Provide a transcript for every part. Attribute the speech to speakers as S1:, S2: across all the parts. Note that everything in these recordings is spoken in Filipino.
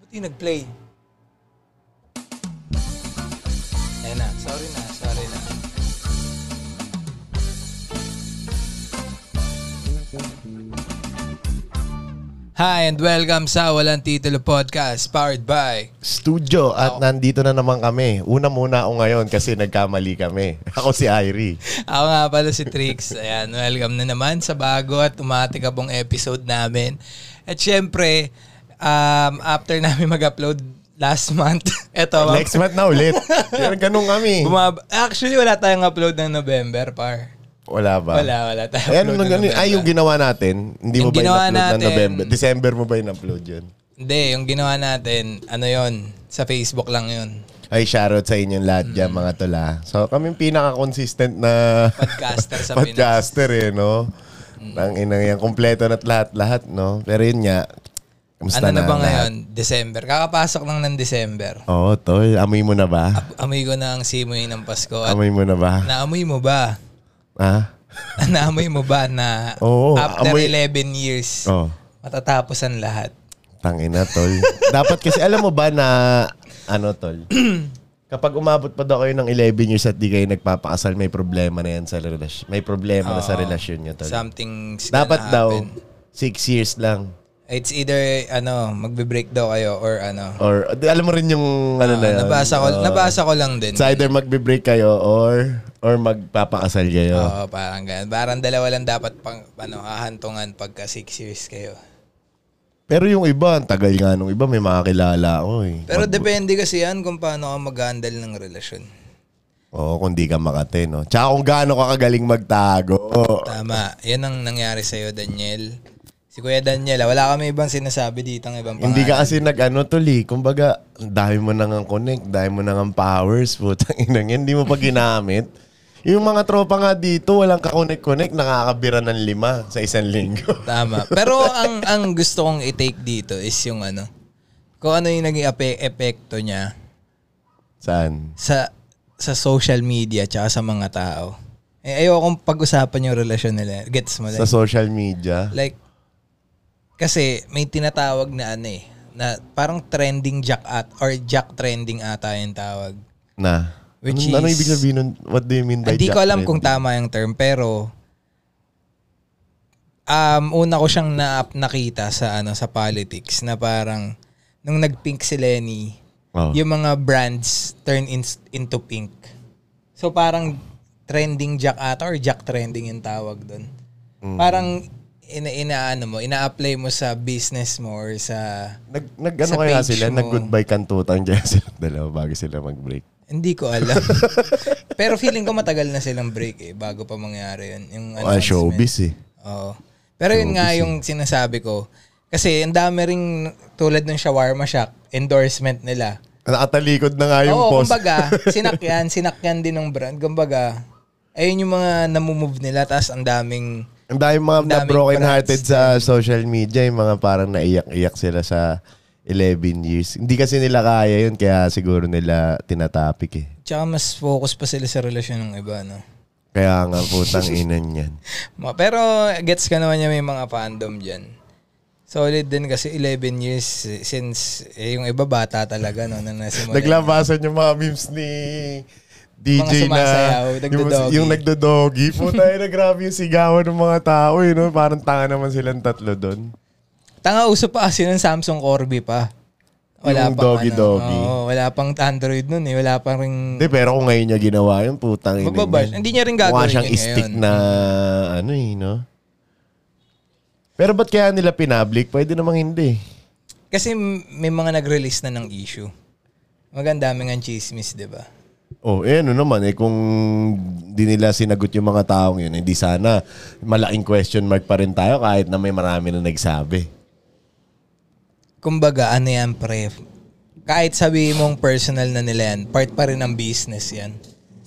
S1: Buti nag-play. Ayan na. Sorry na. Sorry na. Hi and welcome sa Walang Titulo Podcast powered by
S2: studio at nandito na naman kami. Una muna ako ngayon kasi nagkamali kami. Ako si Irie.
S1: Ako nga pala si Trix. Ayan, welcome na naman sa bago at umatikabong episode namin. At syempre, um, after namin mag-upload last month, eto,
S2: Next month na ulit. Pero ganun kami.
S1: bumab- actually wala tayong upload ng November, par.
S2: Wala ba?
S1: Wala, wala tayong
S2: Ah. Ayan,
S1: upload
S2: nung
S1: ng
S2: ganun, ay, yung
S1: November.
S2: ginawa natin, hindi mo
S1: Yung
S2: ba
S1: ginawa
S2: in-upload ng
S1: natin-
S2: November? December mo ba in-upload yun?
S1: Hindi, yung ginawa natin, ano yon sa Facebook lang yon
S2: Ay, shoutout sa inyong lahat dyan,
S1: Mm.
S2: mga tula. So, kaming pinaka-consistent na
S1: Podcaster sa Pinas. Mm.
S2: podcaster eh, no? Ang inang yan, kompleto na lahat-lahat, no? Pero yun nga, kamusta
S1: Ano na ba
S2: ang lahat?
S1: ngayon? December. Kakapasok lang ng December.
S2: Oo, tol. Amoy mo na ba?
S1: Amoy ko na ang simoy ng Pasko. At
S2: Amoy mo na ba?
S1: naamoy mo ba?
S2: Ha?
S1: naamoy mo ba na
S2: Oo,
S1: after
S2: amoy-
S1: 11 years,
S2: Oh.
S1: matatapos ang lahat.
S2: Tangina, tol. Dapat kasi, alam mo ba na, ano, tol? Kapag umabot pa daw kayo ng 11 years at di kayo nagpapakasal, may problema na yan sa relasyon. May problema na sa relasyon nyo, tol.
S1: Something's gonna
S2: Dapat daw,
S1: happen.
S2: 6 years lang.
S1: It's either, ano, magbe-break daw kayo or ano.
S2: Or, di- alam mo rin yung, ano na yun.
S1: nabasa, ko,
S2: Oo.
S1: nabasa ko lang din.
S2: It's either magbe-break kayo or, or magpapakasal kayo.
S1: Oo, parang ganun. Parang dalawa lang dapat pang, ano, hahantungan pagka 6 years kayo.
S2: Pero yung iba, ang tagal nga nung iba, may makakilala ako eh.
S1: Pero depende kasi yan kung paano ka mag-handle ng relasyon.
S2: Oo, kung di ka makate, no? Tsaka kung gaano ka kagaling magtago.
S1: Tama. Yan ang nangyari sa'yo, Daniel. Si Kuya Daniel, ah, wala kami ibang sinasabi dito ng ibang
S2: Hindi
S1: pangalan.
S2: ka kasi nag-ano tol eh. Kumbaga, ang dami mo nang ang connect, dami mo nang ang powers, putang inang yan, hindi mo pa ginamit. Yung mga tropa nga dito, walang ka-connect-connect, nakakabira ng lima sa isang linggo.
S1: Tama. Pero ang ang gusto kong i-take dito is yung ano, kung ano yung naging ape- epekto niya
S2: Saan?
S1: sa sa social media tsaka sa mga tao. Eh, ayokong pag-usapan yung relasyon nila. Gets mo?
S2: Sa
S1: Like,
S2: social media.
S1: like, kasi may tinatawag na ano eh, na parang trending jack at or jack trending ata yung tawag.
S2: Na.
S1: Which
S2: ano, ano
S1: is-
S2: ibig sabihin nun? What do you mean by
S1: Hindi
S2: jack
S1: ko alam kung
S2: trending?
S1: tama yung term pero um una ko siyang na nakita sa ano sa politics na parang nung nagpink si Lenny,
S2: Oh.
S1: yung mga brands turn in, into pink. So parang trending jack ata or jack trending yung tawag doon.
S2: Mm.
S1: Parang ina inaano mo, ina-apply mo sa business mo or sa
S2: Nag, nag ano
S1: sa
S2: kaya
S1: page
S2: sila?
S1: mo.
S2: Nag-goodbye kantutan dyan sila dalawa bago sila mag-break.
S1: hindi ko alam. Pero feeling ko matagal na silang break eh bago pa mangyari yun. Yung
S2: Ah,
S1: announcement.
S2: showbiz eh.
S1: Oo. Pero yun nga yung sinasabi ko. Kasi ang dami ring tulad ng shawarma shack, endorsement nila.
S2: Nakatalikod na nga yung
S1: Oo,
S2: post.
S1: kumbaga, sinakyan, sinakyan din ng brand. Kumbaga, ayun yung mga namumove nila, tapos ang daming,
S2: Ang daming mga na
S1: daming
S2: broken hearted sa social media, yung mga parang naiyak-iyak sila sa 11 years. Hindi kasi nila kaya yun, kaya siguro nila tinatapik eh.
S1: tsaka mas focus pa sila sa relasyon ng iba, no?
S2: Kaya nga putang inan yan.
S1: Ma- Pero, gets ka naman niya may mga fandom dyan. Solid din kasi 11 years since eh, yung iba bata talaga, no? Na nasimula.
S2: Naglabasan yung mga memes ni DJ na
S1: sumasayaw,
S2: yung,
S1: nagdodogi.
S2: yung nagdodogi. Puta na grabe yung sigawan ng mga tao. Eh, no? Parang tanga naman silang tatlo doon.
S1: Tanga uso pa kasi ng Samsung Corby pa.
S2: Yung doggy-doggy.
S1: Ano, oo, wala pang Android nun eh. Wala pang ring...
S2: Hindi, pero kung ngayon niya ginawa yun, putang ina
S1: Magbabash.
S2: niya.
S1: Hindi niya rin
S2: Mukha
S1: gagawin
S2: siyang
S1: yun
S2: stick
S1: ngayon.
S2: na ano eh, no? Pero ba't kaya nila pinablik? Pwede namang hindi.
S1: Kasi m- may mga nag-release na ng issue. Maganda daming ang chismis, di ba?
S2: Oh, eh ano naman eh, kung di nila sinagot yung mga taong yun, hindi sana malaking question mark pa rin tayo kahit na may marami na nagsabi.
S1: Kumbaga, ano yan, pre? Kahit sabihin mong personal na nila yan, part pa rin ng business yan.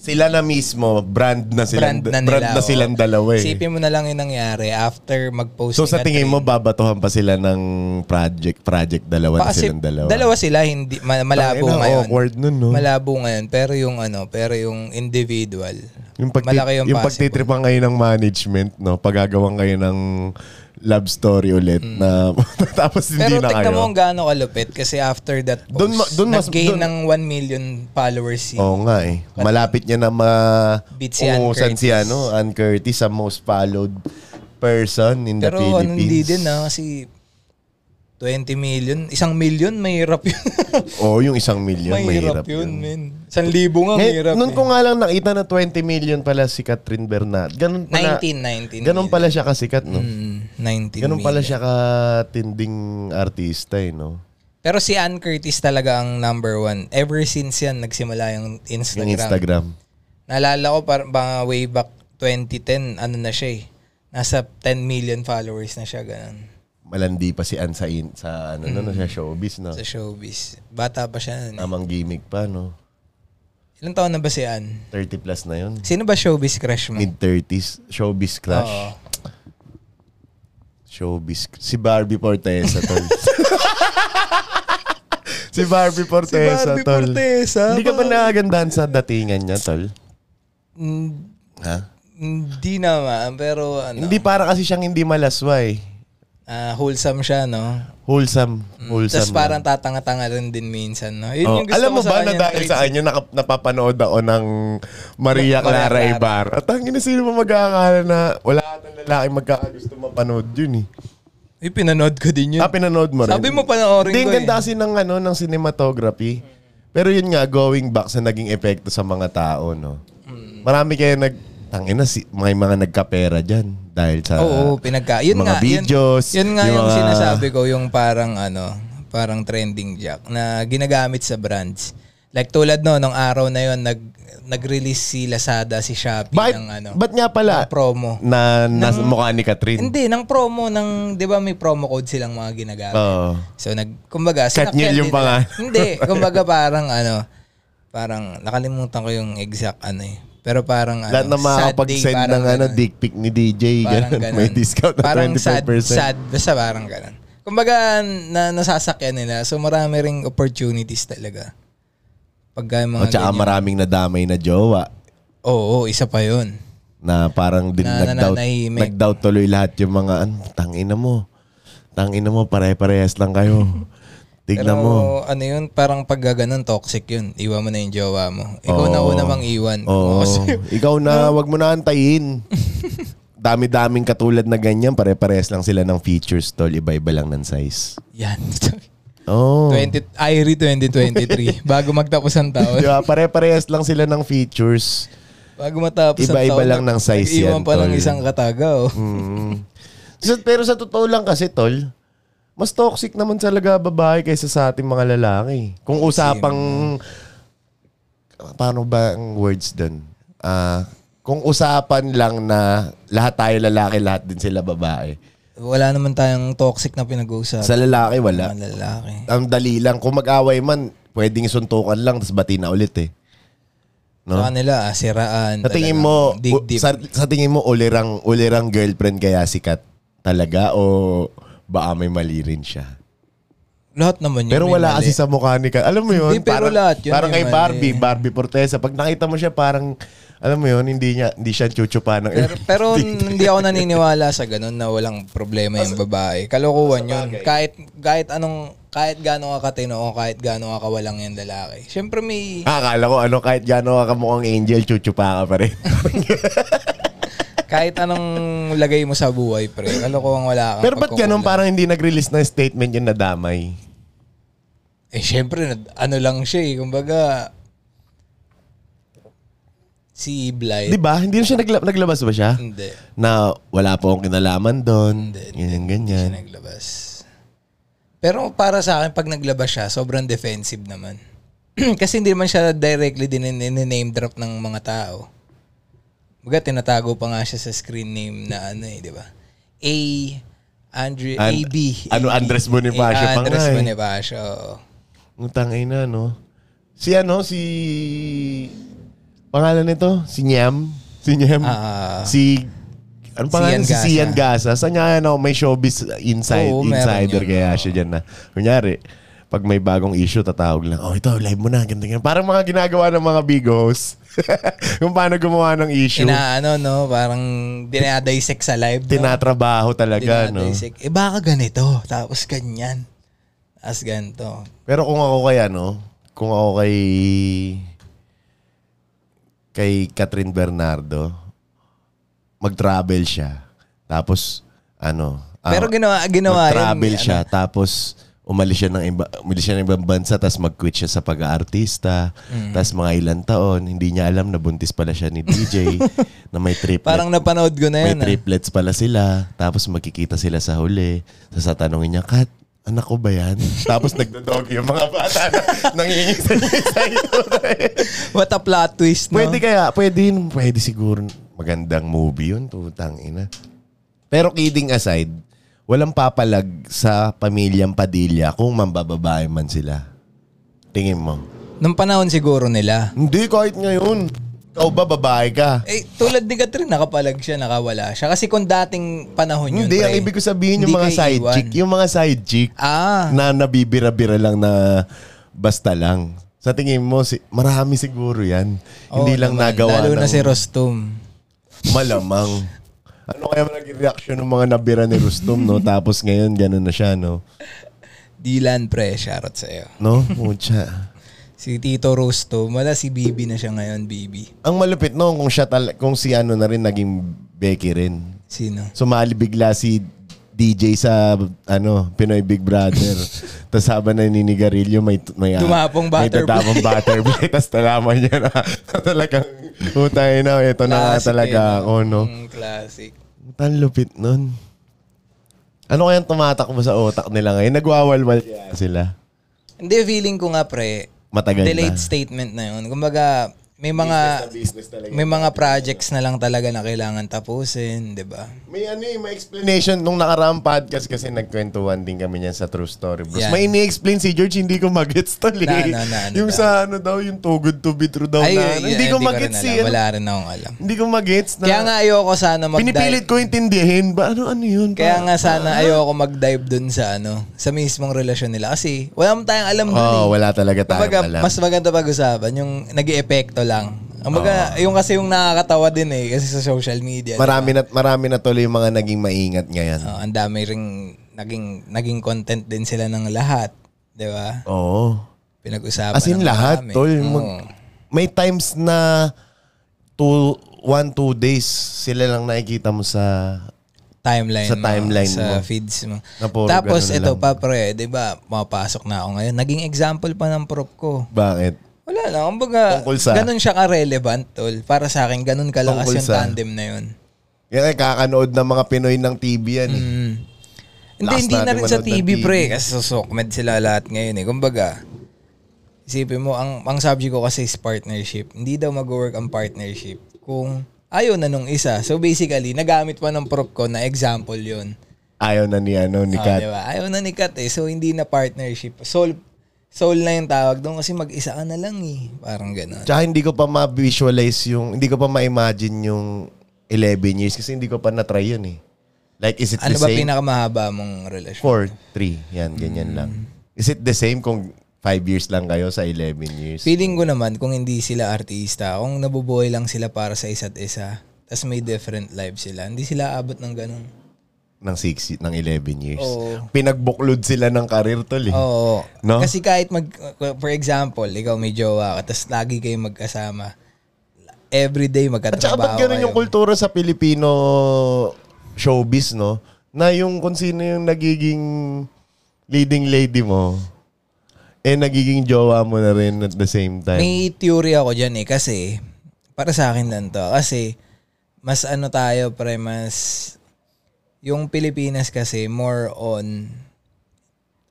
S2: Sila na mismo, brand na silang,
S1: Brand na nila.
S2: brand na
S1: oo.
S2: silang dalawa eh.
S1: Isipin mo na lang yung nangyari after mag-post.
S2: so sa tingin mo, babatuhan pa sila ng project, project dalawa na
S1: kasi
S2: silang dalawa.
S1: dalawa sila, hindi, ma- malabo
S2: Tangina,
S1: ngayon.
S2: awkward nun, no?
S1: Malabo ngayon. Pero yung ano, pero yung individual,
S2: Yung, pagti-
S1: malaki yung,
S2: yung
S1: possible.
S2: pagtitripan kayo ng management, no? Paggagawan kayo ng love story ulit na tapos hindi
S1: Mm. Pero
S2: na kayo.
S1: tignan mo kung gaano kalupit kasi after that post,
S2: Doon ma- doon mas-
S1: nag-gain
S2: doon-
S1: ng 1 million followers si
S2: Oo nga eh. Malapit niya na ma
S1: Beat si Ann
S2: uungusan si
S1: Curtis.
S2: ano, Ann Curtis sa most followed person in the
S1: Pero ano,
S2: Philippines.
S1: hindi din ah, kasi 20 million, isang million, mahirap yun.
S2: Oo, yung isang million,
S1: mahirap, yun, men. Isang libo nga,
S2: Ngayon,
S1: mahirap.
S2: noon
S1: eh.
S2: ko nga lang nakita na 20 million pala si Catherine Bernat. Ganun pala,
S1: 19, 19.
S2: ganun pala siya kasikat, no?
S1: Mm, 19
S2: Ganun
S1: million.
S2: pala siya katinding artista, eh, no?
S1: Pero si Ann Curtis talaga ang number one. Ever since yan, nagsimula yung
S2: Yung
S1: Instagram.
S2: Instagram.
S1: Naalala ko, par- mga way back 2010, ano na siya eh. Nasa 10 million followers na siya, ganun.
S2: Malandi pa si Ann sa, in, sa ano, no, sa showbiz, no?
S1: Sa showbiz. Bata pa siya. Nun. eh.
S2: Namang gimmick pa, no?
S1: Ilang taon na ba si Ann?
S2: 30 plus na yun.
S1: Sino ba showbiz crush mo?
S2: Mid-30s, showbiz crush.
S1: Oo.
S2: Showbiz. Si Barbie Fortesa, tol. si Barbie Fortesa,
S1: Barbie ah,
S2: tol.
S1: Fortesa,
S2: Hindi ka ba nakagandahan sa datingan niya, tol?
S1: Mm,
S2: Ha?
S1: Hindi naman, pero ano,
S2: Hindi para kasi siyang hindi malasway.
S1: ah, wholesome siya, no?
S2: Wholesome. Wholesome.
S1: Tapos parang
S2: lang.
S1: tatanga-tanga rin din minsan, no? Yun
S2: Oh,
S1: yung gusto
S2: alam
S1: ko
S2: mo
S1: sa
S2: ba na
S1: kanya, eh.
S2: dahil
S1: traits.
S2: sa kanya naka- napapanood ako ng
S1: Maria
S2: Maria Clara
S1: Clara.
S2: Ibar? At ang ina sino mo magkakala na wala atang lalaki magkakagusto mapanood yun eh.
S1: Ay, pinanood ko din yun.
S2: Ah, pinanood mo rin?
S1: Sabi mo panoorin
S2: Hindi,
S1: ko
S2: ang ganda
S1: eh.
S2: kasi ng, ano, ng cinematography. Pero yun nga, going back sa naging epekto sa mga tao, no?
S1: Mm.
S2: Marami kayo nag... Tangina, si, may mga nagkapera dyan dahil sa
S1: Oo, pinagka. Yun
S2: mga
S1: nga, yun-
S2: videos.
S1: Yun, nga yung,
S2: mga-
S1: sinasabi ko, yung parang ano, parang trending jack na ginagamit sa brands. Like tulad no, nung araw na yun, nag, nag-release si Lazada, si Shopee
S2: Bakit,
S1: ng ano, Mm.
S2: ba't nga pala
S1: promo.
S2: na nasa mukha ni Catherine?
S1: Hindi, ng promo, ng, di ba may promo code silang mga ginagamit.
S2: Oo.
S1: So nag kumbaga
S2: Cut
S1: sinakyan
S2: nil yung
S1: din
S2: pangalan.
S1: nila. Hindi, kumbaga parang ano, parang nakalimutan ko yung exact ano eh. Pero parang ano,
S2: Lahat na makakapag-send ng ano, dick pic ni DJ,
S1: parang
S2: ganun,
S1: ganun.
S2: may discount na
S1: parang
S2: 25%.
S1: sad, sad, basta parang ganun. Kumbaga na, nasasakyan nila. So marami ring opportunities talaga. Pagka yung
S2: At
S1: mga
S2: saka
S1: ganyan.
S2: maraming nadamay na jowa
S1: Oo, oo, isa pa yun.
S2: na parang din
S1: Na-
S2: nag-doubt,
S1: nananahimik.
S2: nag-doubt tuloy lahat yung mga, "An, tangina mo, tangina mo, pare-parehas lang kayo. Tignan
S1: Pero
S2: mo.
S1: ano yun, parang pag ganun, toxic yun. Iwan mo na yung jowa mo. Ikaw na una mang iwan.
S2: Oo.
S1: Kasi-
S2: Ikaw na, wag mo na antayin. Dami-daming katulad na ganyan, pare-parehas lang sila ng features, tol. Iba-iba lang ng size.
S1: yan.
S2: Oh.
S1: 20, IRI 2023. bago magtapos ang taon.
S2: Di ba? Pare-parehas lang sila ng features.
S1: Bago matapos ang
S2: Iba-iba
S1: taon.
S2: lang ng size
S1: nag-iwan
S2: yan,
S1: pa ng
S2: tol.
S1: isang kataga. Oh.
S2: Mm. Sa- pero sa totoo lang kasi, tol, mas toxic naman talaga babae kaysa sa ating mga lalaki. Kung usapang... Paano ba ang words doon? Ah, kung usapan lang na lahat tayo lalaki, lahat din sila babae.
S1: Wala naman tayong toxic na pinag-uusapan.
S2: Sa lalaki, wala.
S1: Mga lalaki.
S2: Ang dali lang. Kung mag-away man, pwedeng suntukan lang, tapos bati na ulit eh. No?
S1: Sa kanila, ah, siraan.
S2: Sa tingin
S1: talagang
S2: mo,
S1: dig
S2: u-
S1: deep.
S2: sa, sa tingin mo, ulirang, ulirang girlfriend kaya si Kat talaga o baka may mali rin siya?
S1: lahat naman yun.
S2: Pero
S1: may
S2: wala
S1: mali.
S2: kasi sa mukha ni Kat. Alam mo yun?
S1: Hindi, pero
S2: parang,
S1: lahat yun
S2: parang
S1: may
S2: kay
S1: mali.
S2: Barbie, Barbie Portesa. Pag nakita mo siya, parang, alam mo yun, hindi, niya, hindi siya chuchupa ng...
S1: Pero, pero hindi ako naniniwala sa ganun na walang problema yung babae. Kalokohan yun. Kahit, kahit anong, kahit gano'ng kakatino o kahit gano'ng kakawalang yung lalaki. Siyempre may,
S2: Ah, Akala ko, ano, kahit gano'n ka mukhang angel, chuchupa ka pa rin.
S1: kahit anong lagay mo sa buhay, pre. Kalokohan wala kang
S2: pero ba't
S1: pagkukulang.
S2: ganun parang hindi nag-release ng statement yung nadamay?
S1: Eh, syempre, nad- ano lang siya eh. Kumbaga, si
S2: Di
S1: Blythe.
S2: ba? Hindi na siya nagla- naglabas ba siya?
S1: Hindi.
S2: Na wala po akong kinalaman doon.
S1: Hindi, hindi.
S2: Ganyan,
S1: Hindi
S2: ganyan.
S1: siya naglabas. Pero para sa akin, pag naglabas siya, sobrang defensive naman. Kasi hindi naman siya directly din name drop ng mga tao. Baga, tinatago pa nga siya sa screen name na ano eh, di ba? A. Andre,
S2: An-
S1: AB.
S2: ano,
S1: AB.
S2: Andres Bonifacio
S1: Eh,
S2: pa nga
S1: Andres
S2: eh.
S1: Bonifacio. oo.
S2: Ang tangay na, no? Si ano, si... Pangalan nito? Si Nyam? Si Nyam?
S1: Ah.
S2: si... Ano
S1: Sian
S2: pangalan? Si
S1: Gasa.
S2: Sian Gasa. Saan niya, ano, may showbiz inside,
S1: Oo, meron
S2: insider
S1: yun,
S2: kaya siya dyan na. Kunyari, pag may bagong issue, tatawag lang, oh, ito, live mo na, ganito, ganito. Parang mga ginagawa ng mga big hosts. Kung paano gumawa ng issue.
S1: Inaano, ano, no? Parang dinadisect sa live. no?
S2: Tinatrabaho talaga, no?
S1: Dinadisect. Eh, baka ganito. Tapos ganyan. Tapos ganito.
S2: Pero kung ako kay ano, kung ako kay kay Catherine Bernardo, mag-travel siya. Tapos ano, ah,
S1: Pero ginawa, ginawa yun.
S2: mag-travel
S1: ano,
S2: siya tapos umalis siya ng iba, umalis siya ng ibang bansa tapos mag-quit siya sa pag-aartista.
S1: Mm.
S2: Tapos mga ilang taon, hindi niya alam na buntis pala siya ni DJ na may triplet.
S1: Parang napanood ko na
S2: May
S1: yun. ah.
S2: triplets pala sila. Tapos magkikita sila sa huli. Tapos tatanungin niya, Kat, anak ko ba yan? Tapos nagdodog yung mga bata na nangingisay
S1: What a plot twist, no?
S2: Pwede kaya, pwede yun. Pwede siguro. Magandang movie yun, tutang ina. Pero kidding aside, walang papalag sa pamilyang Padilla kung mambababae man sila. Tingin mo.
S1: Nung panahon siguro nila.
S2: Hindi, kahit ngayon. Ikaw ba, babae ka?
S1: Eh, tulad ni Catherine, nakapalag siya, nakawala siya. Kasi kung dating panahon yun,
S2: Hindi,
S1: pre,
S2: ang ibig ko sabihin yung
S1: hindi
S2: mga
S1: kayo
S2: side
S1: iwan.
S2: chick. Yung mga side chick
S1: Ah,
S2: na nabibira-bira lang na basta lang. Sa tingin mo, si, marami siguro yan.
S1: oo
S2: Hindi lang
S1: naman.
S2: nagawa
S1: Lalo na
S2: ng
S1: si Rostum.
S2: malamang. ano kaya naging reaction ng mga nabira ni Rustum, no? Tapos ngayon, ganun na siya, no?
S1: Dylan, pre, shoutout sa'yo.
S2: No? Mucha.
S1: Si Tito Rostum, wala si Bibi na siya ngayon, Bibi.
S2: Ang malupit, no? Kung, siya tal- kung si ano na rin naging Becky rin.
S1: Sino?
S2: Sumali bigla si DJ sa ano Pinoy Big Brother. Tapos habang naninigarilyo may may ah,
S1: Dumapong butterfly.
S2: May tatapong butterfly. Tapos talaman niya na talagang utay na ito Ah, na nga
S1: Classic
S2: talaga
S1: eh,
S2: ako no.
S1: Mm, classic.
S2: Ang lupit nun. Ano kayang tumatakbo sa otak nila ngayon? Nagwawalwal kaya sila.
S1: Hindi, feeling ko nga, pre,
S2: Matagal
S1: delayed
S2: na.
S1: statement na yun. Kumbaga, may mga
S2: Business talaga.
S1: may mga projects na lang talaga na kailangan tapusin, 'di ba?
S2: May ano eh, may explanation nung nakaraang podcast kasi nagkwentuhan din kami niyan sa True Story Bros.
S1: Yan.
S2: May ini-explain si George, hindi ko magets tol eh.
S1: Na, na, na, ano daw?
S2: yung sa ano daw, yung too good to be true daw
S1: Ay,
S2: na. ano.
S1: yun,
S2: hindi ko
S1: rin
S2: magets
S1: alam.
S2: eh. ano.
S1: Wala rin akong alam.
S2: Hindi ko magets na.
S1: Kaya nga ayoko sana mag
S2: Pinipilit ko intindihin ba ano ano yun? Pa?
S1: Kaya nga sana ayoko mag-dive dun sa ano, sa mismong relasyon nila kasi wala mo tayong alam dun.
S2: Oh,
S1: eh.
S2: wala talaga tayong
S1: Kumbaga,
S2: alam.
S1: mas maganda pag-usapan yung nag epekto lang. Ang
S2: Ah.
S1: baga, yung kasi yung nakakatawa din eh kasi sa social media.
S2: marami na marami na tuloy yung mga naging maingat ngayon.
S1: Oh, ang dami ring naging naging content din sila ng lahat, 'di ba?
S2: Oo.
S1: Pinag-usapan
S2: As in
S1: ng
S2: lahat,
S1: marami.
S2: tol.
S1: Oo.
S2: Mag- may times na two, one, two days sila lang nakikita mo sa...
S1: timeline
S2: Sa
S1: mo,
S2: timeline
S1: sa
S2: mo.
S1: feeds mo.
S2: Na puro
S1: Tapos
S2: ganun
S1: ito
S2: lang.
S1: pa pre, 'di ba? Mapapasok na ako ngayon. Naging example pa ng prop ko.
S2: Bakit?
S1: Wala lang. Kumbaga,
S2: Tungkol sa-
S1: ganun siya ka-relevant, tol. Para sa akin, ganun kalakas
S2: Tungkol
S1: yung
S2: sa-
S1: tandem na yun.
S2: Yan ay kakanood ng mga Pinoy ng TV yan eh.
S1: Mm. Hindi,
S2: Last
S1: hindi na
S2: natin
S1: rin sa
S2: manood ng
S1: TV,
S2: TV.
S1: pre. Kasi susokmed sila lahat ngayon eh. Kumbaga, isipin mo, ang, ang subject ko kasi is partnership. Hindi daw mag-work ang partnership kung ayaw na nung isa. So basically, nagamit pa ng prop ko na example yon
S2: Ayaw na ni ano, ni
S1: Oh,
S2: Kat.
S1: diba? Ayaw na ni Kat eh. So, hindi na partnership. Soul, soul na yung tawag doon kasi mag-isa ka na lang eh. Parang ganun.
S2: Tsaka hindi ko pa ma-visualize yung, hindi ko pa ma-imagine yung 11 years kasi hindi ko pa na-try yun eh. Like, is it
S1: Ano ba
S2: the same?
S1: pinakamahaba mong relasyon?
S2: 4, 3. Yan, ganyan
S1: Mm.
S2: lang. Is it the same kung 5 years lang kayo sa 11 years?
S1: Feeling ko naman kung hindi sila artista, kung nabubuhay lang sila para sa isa't isa, tas may different life sila, hindi sila abot ng ganun.
S2: ng 6, ng 11 years.
S1: Oo.
S2: Pinagbuklod sila ng karir tol eh.
S1: Oo.
S2: No?
S1: Kasi kahit mag, for example, ikaw may jowa ka, tas lagi kayo magkasama, everyday
S2: At saka ba't
S1: magkatrabaho
S2: ganun yung
S1: kayo.
S2: kultura sa Pilipino showbiz, no? Na yung kung sino yung nagiging leading lady mo, eh nagiging jowa mo na rin at the same time.
S1: May theory ako dyan eh, kasi, para sa akin lang to, kasi, mas ano tayo, pre, mas, yung Pilipinas kasi, more on,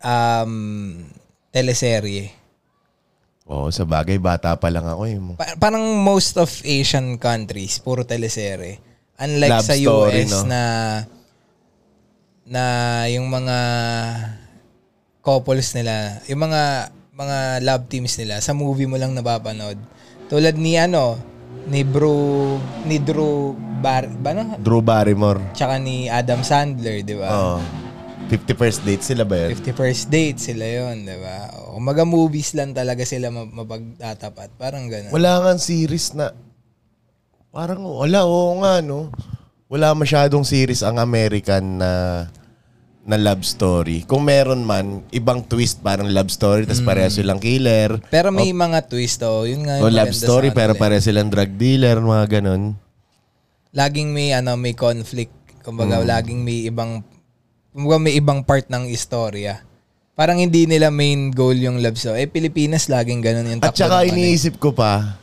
S1: um, teleserye.
S2: Oo, sa bagay, bata pa lang ako eh.
S1: Pa- parang most of Asian countries, puro teleserye. Unlike
S2: Love
S1: sa
S2: story,
S1: US
S2: no?
S1: na na yung mga couples nila, yung mga mga love teams nila sa movie mo lang napapanood. Tulad ni ano, ni Bro, ni Drew Bar, ba no?
S2: Drew Barrymore. Oh.
S1: Tsaka ni Adam Sandler, di ba?
S2: Oo. 50 first dates sila ba yun?
S1: 51st date sila yon, di ba? O, Kumbaga movies lang talaga sila ma- mapagtatapat. Parang ganun.
S2: Eh. Wala nga series na... Parang wala, oo nga, no? Wala masyadong series ang American na na love story. Kung meron man, ibang twist parang love story, tas pareha silang killer.
S1: Pero may mga twist oh, yun nga yung
S2: O love
S1: maganda sa
S2: story,
S1: ano
S2: pero
S1: nila.
S2: pareha silang drug dealer, mga ganun.
S1: laging may ano, may conflict. Kumbaga
S2: Mm.
S1: laging may ibang kumbaga may ibang part ng istorya. Parang hindi nila main goal yung love story. Eh Pilipinas laging ganun yung
S2: At
S1: takbo
S2: saka
S1: ng ano eh.
S2: iniisip ko pa,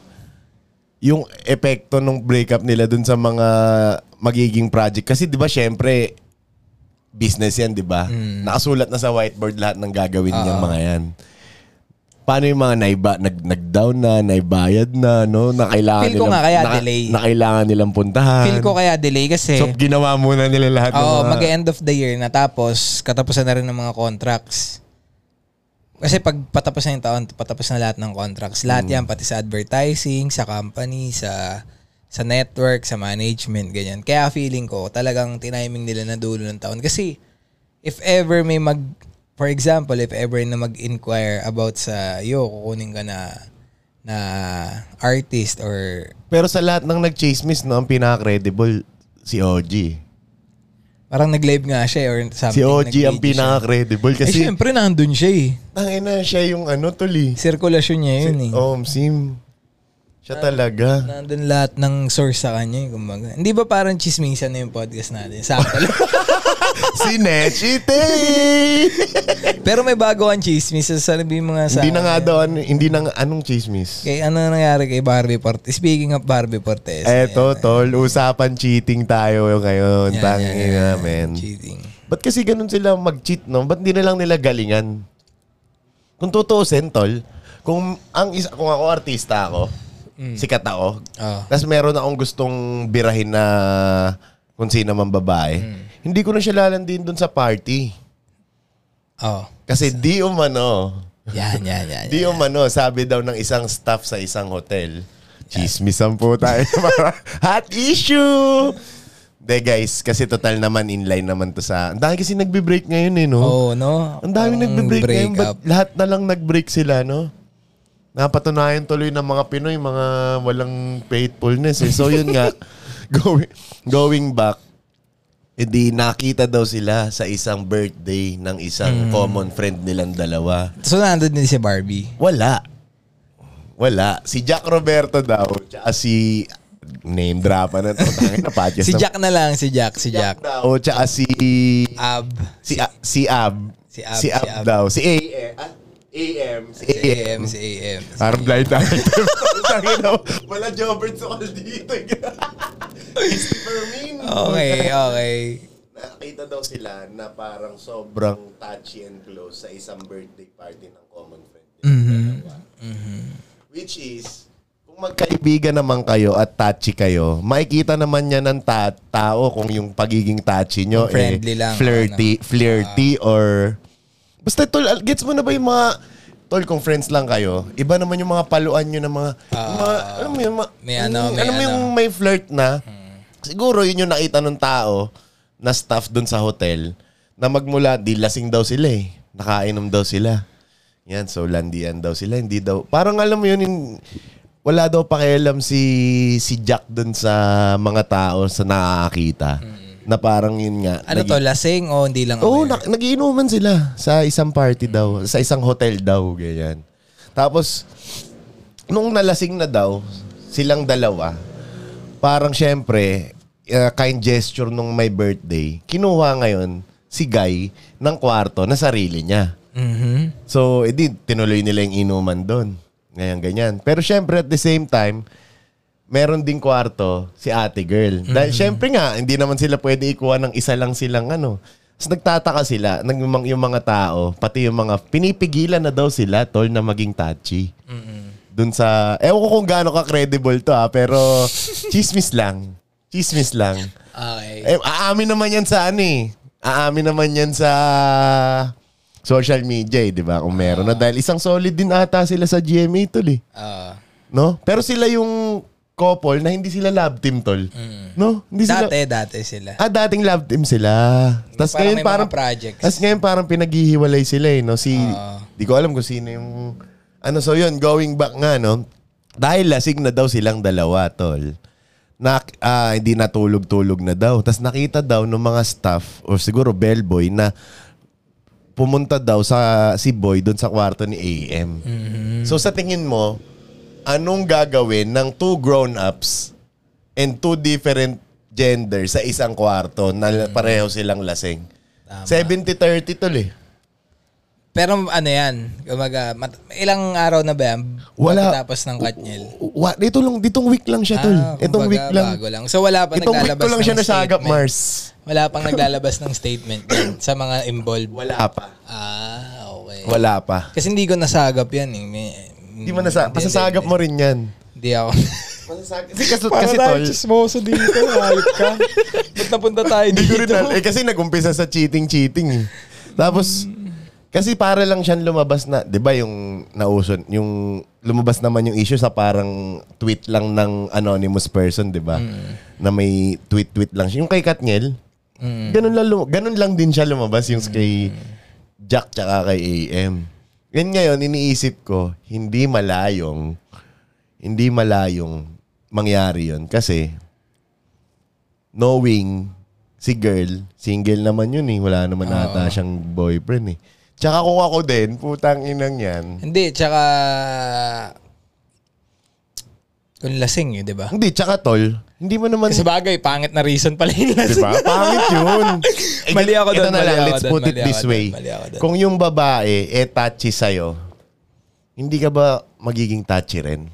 S2: yung epekto ng breakup nila dun sa mga magiging project. Kasi di ba syempre, business yan, di ba?
S1: Mm.
S2: Nakasulat na sa whiteboard lahat ng gagawin niyang
S1: Ah.
S2: mga yan. Paano yung mga naiba, nag, nag-down na, naibayad na, no? Na kailangan
S1: Feel ko
S2: nilang-
S1: nga kaya
S2: na-
S1: delay.
S2: na kailangan nilang puntahan.
S1: Feel ko kaya delay kasi
S2: So, ginawa muna nila lahat ng
S1: Oo,
S2: mga...
S1: mag-end of the year na tapos katapusan na rin ng mga contracts. Kasi pag patapos na yung taon, patapos na lahat ng contracts. Lahat
S2: Hmm.
S1: yan, pati sa advertising, sa company, sa sa network, sa management, ganyan. Kaya feeling ko, talagang tiniming nila na dulo ng taon. Kasi, if ever may mag, for example, if ever na mag-inquire about sa, yo, kukunin ka na, na artist or
S2: Pero sa lahat ng nag-chismis, no, ang pinaka-credible, si OG.
S1: parang nag-live nga siya eh, or something.
S2: Si OG
S1: nag-video
S2: ang
S1: siya.
S2: pinaka-credible
S1: Eh,
S2: kasi...
S1: syempre, nandun siya eh.
S2: Tangina, siya yung ano, tuli.
S1: Sirkulasyon niya yun eh.
S2: Oh, sim. Siya talaga.
S1: Nandun lahat ng source sa kanya eh, kumbaga. Hindi ba parang chismisan na yung podcast natin? Sakto lang.
S2: si Nechite!
S1: Pero may bago ang chismis sa sabi mga sa...
S2: hindi na nga daw, ano- hindi na nga, anong chismis?
S1: Kay, ano nangyari kay Barbie Fortes? Speaking of Barbie Fortes.
S2: Eto, tol, usapan cheating tayo ngayon.
S1: Yan,
S2: Tangina,
S1: yan, yan.
S2: men.
S1: Cheating.
S2: Ba't kasi ganun sila mag-cheat, no? Ba't hindi na lang nila galingan? Kung tutuusin, tol, kung ang isa, kung ako artista ako,
S1: Mm.
S2: sikat ako,
S1: Ah.
S2: tapos meron akong gustong birahin na kung sino man babae, hindi ko na siya lalandin dun sa party.
S1: Oh.
S2: Kasi di umano,
S1: Yan, yan, yan.
S2: di umano, sabi daw ng isang staff sa isang hotel, chismisan po tayo. Hot issue! De guys, kasi total naman inline naman to sa... Ang dami kasi nagbe-break ngayon eh, no?
S1: Oo, oh, no?
S2: Ang dami
S1: Parang
S2: nagbe-break ngayon. Ba't
S1: breakup.
S2: lahat na lang nag-break sila, no? Napatunayan tuloy ng mga Pinoy, mga walang faithfulness. Eh. So yun nga, going, going back, edi nakita daw sila sa isang birthday ng isang
S1: Mm.
S2: common friend nilang dalawa.
S1: So, nandun din si Barbie.
S2: Wala. Wala. Si Jack Roberto daw, tsaka si... Name drop na to. Tangina, podcast
S1: Si
S2: na-
S1: Jack na lang, si Jack, si Jack.
S2: daw, tsaka si...
S1: Ab.
S2: Si, A- si Ab.
S1: Si Ab, si
S2: Si Ab,
S1: Ab.
S2: daw. Si AM. ah, AM. Si
S1: Si
S2: AM.
S1: AM, si AM.
S2: Parang blind item. Tangin na, Wala Jobert Sokal dito. It's Fermin.
S1: Okay, okay.
S2: Nakakita daw sila na parang sobrang touchy and close sa isang birthday party ng common friend.
S1: Mhm.
S2: Which is, kung magkaibigan naman kayo at touchy kayo, makikita naman niya ng ta- tao kung yung pagiging touchy nyo
S1: Kung friendly
S2: eh,
S1: lang, ano. Ah.
S2: flirty, flirty or... Basta tol, al- gets mo na ba yung mga... Tol, kung friends lang kayo, iba naman yung mga paluan nyo ng mga... yung mga alam mo yung... mga-
S1: Ah. May ano,
S2: yung-
S1: may
S2: alam mo yung may flirt na. Siguro yun yung nakita ng tao na staff dun sa hotel na magmula, di lasing daw sila eh. Nakainom daw sila. Yan, so landian daw sila. Hindi daw, parang alam mo yun, yung, wala daw pakialam si, si Jack dun sa mga tao sa nakakita. Na parang yun nga.
S1: Mm. Ano to, lasing o hindi lang
S2: Oo, oh,
S1: aware?
S2: na- nagiinuman sila sa isang party daw, sa isang hotel daw, ganyan. Tapos, nung nalasing na daw, silang dalawa, parang syempre, uh, kind gesture nung may birthday, kinuha ngayon si Guy ng kwarto na sarili niya.
S1: Mhm.
S2: So, edi, tinuloy nila yung inuman doon. Ngayon, ganyan. Pero syempre, at the same time, meron ding kwarto si ate girl. Dahil syempre nga, hindi naman sila pwede ikuha ng isa lang silang ano. Tapos nagtataka sila, nag, yung mga- yung mga tao, pati yung mga, pinipigilan na daw sila, tol, na maging touchy. Doon sa, ewan ko kung gaano ka-credible to ha, pero chismis lang. Chismis lang.
S1: Okay.
S2: Eh, aamin naman yan sa ano eh. Aamin naman yan sa social media eh, di ba? Kung meron na. Dahil isang solid din ata sila sa GMA tol eh.
S1: Ah.
S2: No? Pero sila yung couple na hindi sila love team, tol. No? Hindi
S1: Mm.
S2: sila...
S1: Dati, dati sila.
S2: Ah, dating love team sila. Tapos
S1: Parang
S2: ngayon
S1: may mga
S2: parang...
S1: projects.
S2: Tapos ngayon parang pinaghihiwalay sila eh, no? Si... Di ko alam kung sino yung... Ano, so yun, going back nga, no? Dahil lasing na daw silang dalawa, tol. Na, ah, hindi natulog-tulog na daw. Tapos nakita daw ng mga staff, or siguro bellboy, na pumunta daw sa si Boy doon sa kwarto ni AM. So sa tingin mo, anong gagawin ng two grown-ups and two different gender sa isang kwarto na pareho silang lasing? 70-30 tol eh.
S1: Pero ano yan, kumaga, mat- ilang araw na ba yan?
S2: Wala.
S1: Tapos ng Katniel.
S2: Wa, dito lang, ditong week lang siya tol.
S1: Ah,
S2: Itong
S1: kumbaga,
S2: week lang.
S1: Bago lang. So wala pa
S2: Itong week
S1: naglalabas
S2: ko lang
S1: ng
S2: siya nasagap,
S1: statement.
S2: Mars.
S1: Wala pang naglalabas ng statement dyan sa mga involved.
S2: Wala pa.
S1: Ah, okay.
S2: Wala pa.
S1: Kasi hindi ko nasagap yan. Eh. May,
S2: Hindi mo nasa, masasagap mo rin yan.
S1: Hindi ako.
S2: Masasagap. Kasi, kasi, kasi tol,
S1: chismoso dito. Hayop ka. Ba't napunta tayo
S2: Hindi ko rin al- Eh, kasi nagumpisa sa cheating-cheating eh. Tapos, kasi para lang siyang lumabas na, di ba yung nauson, yung lumabas naman yung issue sa parang tweet lang ng anonymous person, di ba? Na may tweet-tweet lang siya. Yung kay Katniel, ganun, lang, lum- ganun lang din siya lumabas yung kay Jack tsaka kay AM. Yan ngayon, iniisip ko, hindi malayong, hindi malayong mangyari yon Kasi, knowing si girl, single naman yun eh. Wala naman ata siyang boyfriend eh. Tsaka kung ako din, putang inang yan.
S1: Hindi, tsaka... Kung lasing eh, di ba?
S2: Hindi, tsaka tol, hindi mo naman...
S1: Kasi bagay, pangit na reason pala yung
S2: Di
S1: lasing.
S2: ba? Pangit yun. Eh,
S1: Diba? Mali ako
S2: ito
S1: dun,
S2: na
S1: mali
S2: lang,
S1: ako
S2: let's
S1: dun,
S2: put it
S1: mali ako
S2: this
S1: dun,
S2: way.
S1: mali ako dun.
S2: Kung yung babae, eh, touchy sa'yo, hindi ka ba magiging touchy rin?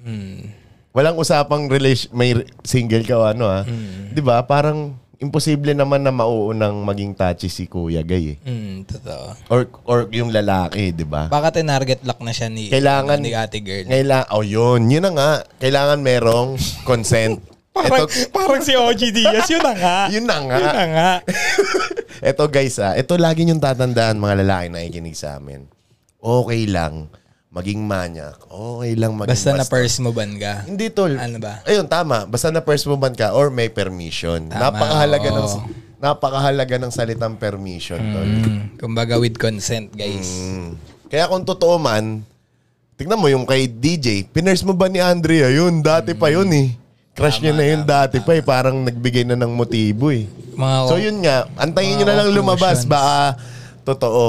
S1: Hmm.
S2: Walang usapang relation, may re- single ka o ano ah.
S1: Hmm.
S2: Di ba? Parang imposible naman na mauunang maging touchy si Kuya Gay eh.
S1: Hmm, totoo.
S2: Or, or yung lalaki, diba? di ba?
S1: Baka tinarget lock na siya ni,
S2: Kailangan-
S1: ni ate girl.
S2: Kailangan, oh yun, yun na nga. Kailangan merong consent.
S1: Parang,
S2: Ito-
S1: parang si OG Diaz, yun na nga.
S2: Yun na nga.
S1: Yun na nga.
S2: Eto guys ah, eto lagi niyong tatandaan mga lalaki na ikinig sa amin. Okay lang maging manyak. Okay lang maging
S1: Basta
S2: basta.
S1: na first mo ban ka.
S2: Hindi tol.
S1: Ano ba?
S2: Ayun, tama. Basta na first woman ka or may permission. napakahalaga ng
S1: oo.
S2: napakahalaga ng salitang permission tol.
S1: Mm, kumbaga with consent, guys.
S2: Mm. Kaya kung totoo man, tignan mo yung kay DJ, piners mo ba ni Andrea yun? Dati pa
S1: Mm-hmm.
S2: yun eh. Crush niya na yun dati pa eh. Parang nagbigay na ng motibo eh.
S1: Mga
S2: So yun nga, antayin nyo na lang lumabas.
S1: conclusions.
S2: Baka totoo.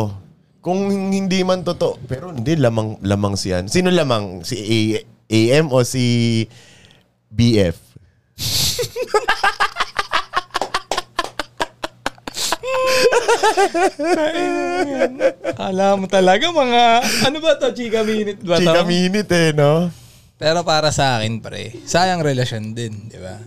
S2: Kung hindi man totoo. Pero hindi, lamang, lamang si ano. Sino lamang? Si A- AM o si BF?
S1: Alam mo talaga mga, ano ba to, chika minute ba to?
S2: Chika minute eh, no?
S1: Pero para sa akin, pre, sayang relasyon din, di ba?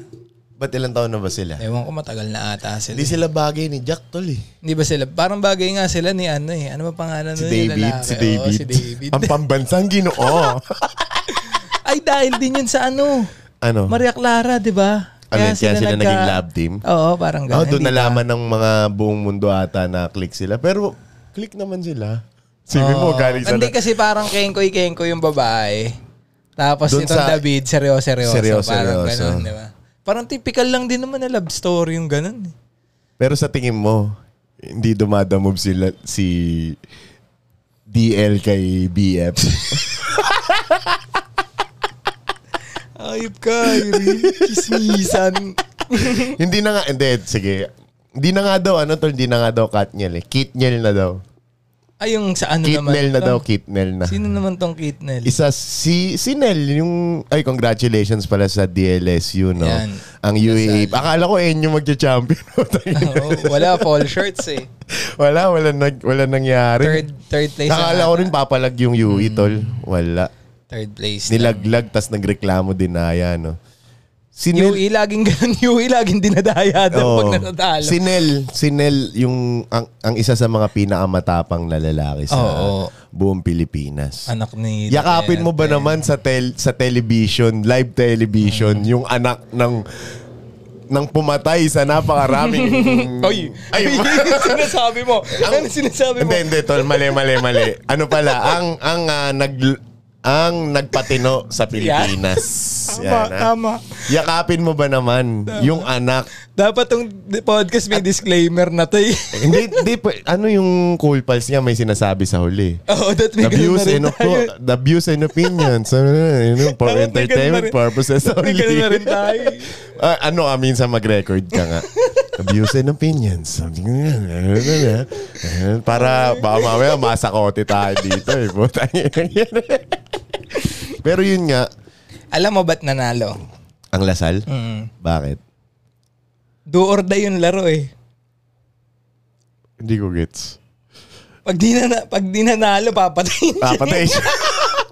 S2: Ba't ilang taon na ba sila?
S1: Ewan ko matagal na ata sila.
S2: Hindi sila bagay ni Jack, tol eh.
S1: Hindi ba sila? Parang bagay nga sila ni ano eh. Ano ba pangalan nun
S2: Si
S1: yung
S2: David,
S1: lalaki?
S2: si
S1: Oo,
S2: David.
S1: si David.
S2: Ang pambansang ginoo.
S1: Ay, dahil din yun sa ano.
S2: ano?
S1: Maria Clara, di ba?
S2: Ano yun, kaya sila naging love team?
S1: Oo, parang
S2: Oh,
S1: ganun.
S2: doon
S1: Hindi
S2: nalaman ng mga buong mundo ata na click sila. Pero click naman sila. Sabi mo, galing sa...
S1: Hindi kasi parang kengkoy-kengkoy yung babae. Tapos
S2: Dun
S1: itong
S2: sa-
S1: David, seryoso-seryoso.
S2: Seryoso,
S1: parang
S2: seryoso.
S1: ganun, di ba? Parang typical lang din naman na love story yung ganun. eh.
S2: Pero sa tingin mo, hindi dumadamove sila si DL kay BF.
S1: Ayop ka, Irene. Chismisan.
S2: hindi na nga, hindi, sige. Hindi na nga daw, ano to, hindi na nga daw Katniel eh. Kitniel na daw.
S1: Ay, yung sa ano naman.
S2: Kitnel na
S1: to?
S2: daw, Kitnel na.
S1: Sino naman tong Kitnel?
S2: Isa si si Nel yung ay congratulations pala sa DLSU no.
S1: Yan.
S2: Ang UAA. Akala ko ayun yung magcha-champion.
S1: Oo, wala, fall shirts eh.
S2: wala wala nag wala nangyari.
S1: Third, third place. Mm. na
S2: Akala
S1: nga.
S2: ko rin papalag yung UE tol. Wala.
S1: Third place. Nila.
S2: Nilaglag tas nagreklamo din na yan no. Si Nel
S1: UE E, laging ganun. UE laging dinadaya doon
S2: Oo.
S1: pag natatalo.
S2: si Nel, si Nel yung ang, ang isa sa mga pinakamatapang na lalaki sa
S1: Oo.
S2: buong Pilipinas.
S1: Anak ni...
S2: Yakapin mo ba naman sa tel sa television, live television,
S1: Mm.
S2: yung anak ng ng pumatay sa napakaraming
S1: Oy!
S2: Ay,
S1: Ay, sinasabi mo. Ano sinasabi mo?
S2: Hindi, hindi, tol. Mali, mali, mali. Ano pala, ang, ang ah, nag, ang nagpatino sa Pilipinas.
S1: Tama,
S2: ah.
S1: tama.
S2: Yakapin mo ba naman yung anak?
S1: Dapat tong podcast may disclaimer na to eh.
S2: Eh, Hindi, hindi pa. Ano yung cool pals niya may sinasabi sa huli?
S1: Oo, that may
S2: The
S1: ganun na
S2: views,
S1: rin
S2: and
S1: tayo.
S2: oppo- the views and opinions. ano, ano, for
S1: Dapat may ganun na
S2: entertainment
S1: rin-
S2: purposes
S1: May
S2: only.
S1: ganun na rin tayo. eh.
S2: Ah, ano ka, minsan mag-record ka nga. Views and opinions. Something Para baka mamaya masakote tayo dito eh. Putang ina. Pero yun nga,
S1: Alam mo ba't nanalo?
S2: ang lasal.
S1: Mm.
S2: Bakit?
S1: Do or die yung laro eh.
S2: Hindi ko gets.
S1: Pag di, na, pag di nanalo, papatayin siya. eh.
S2: Papatay siya.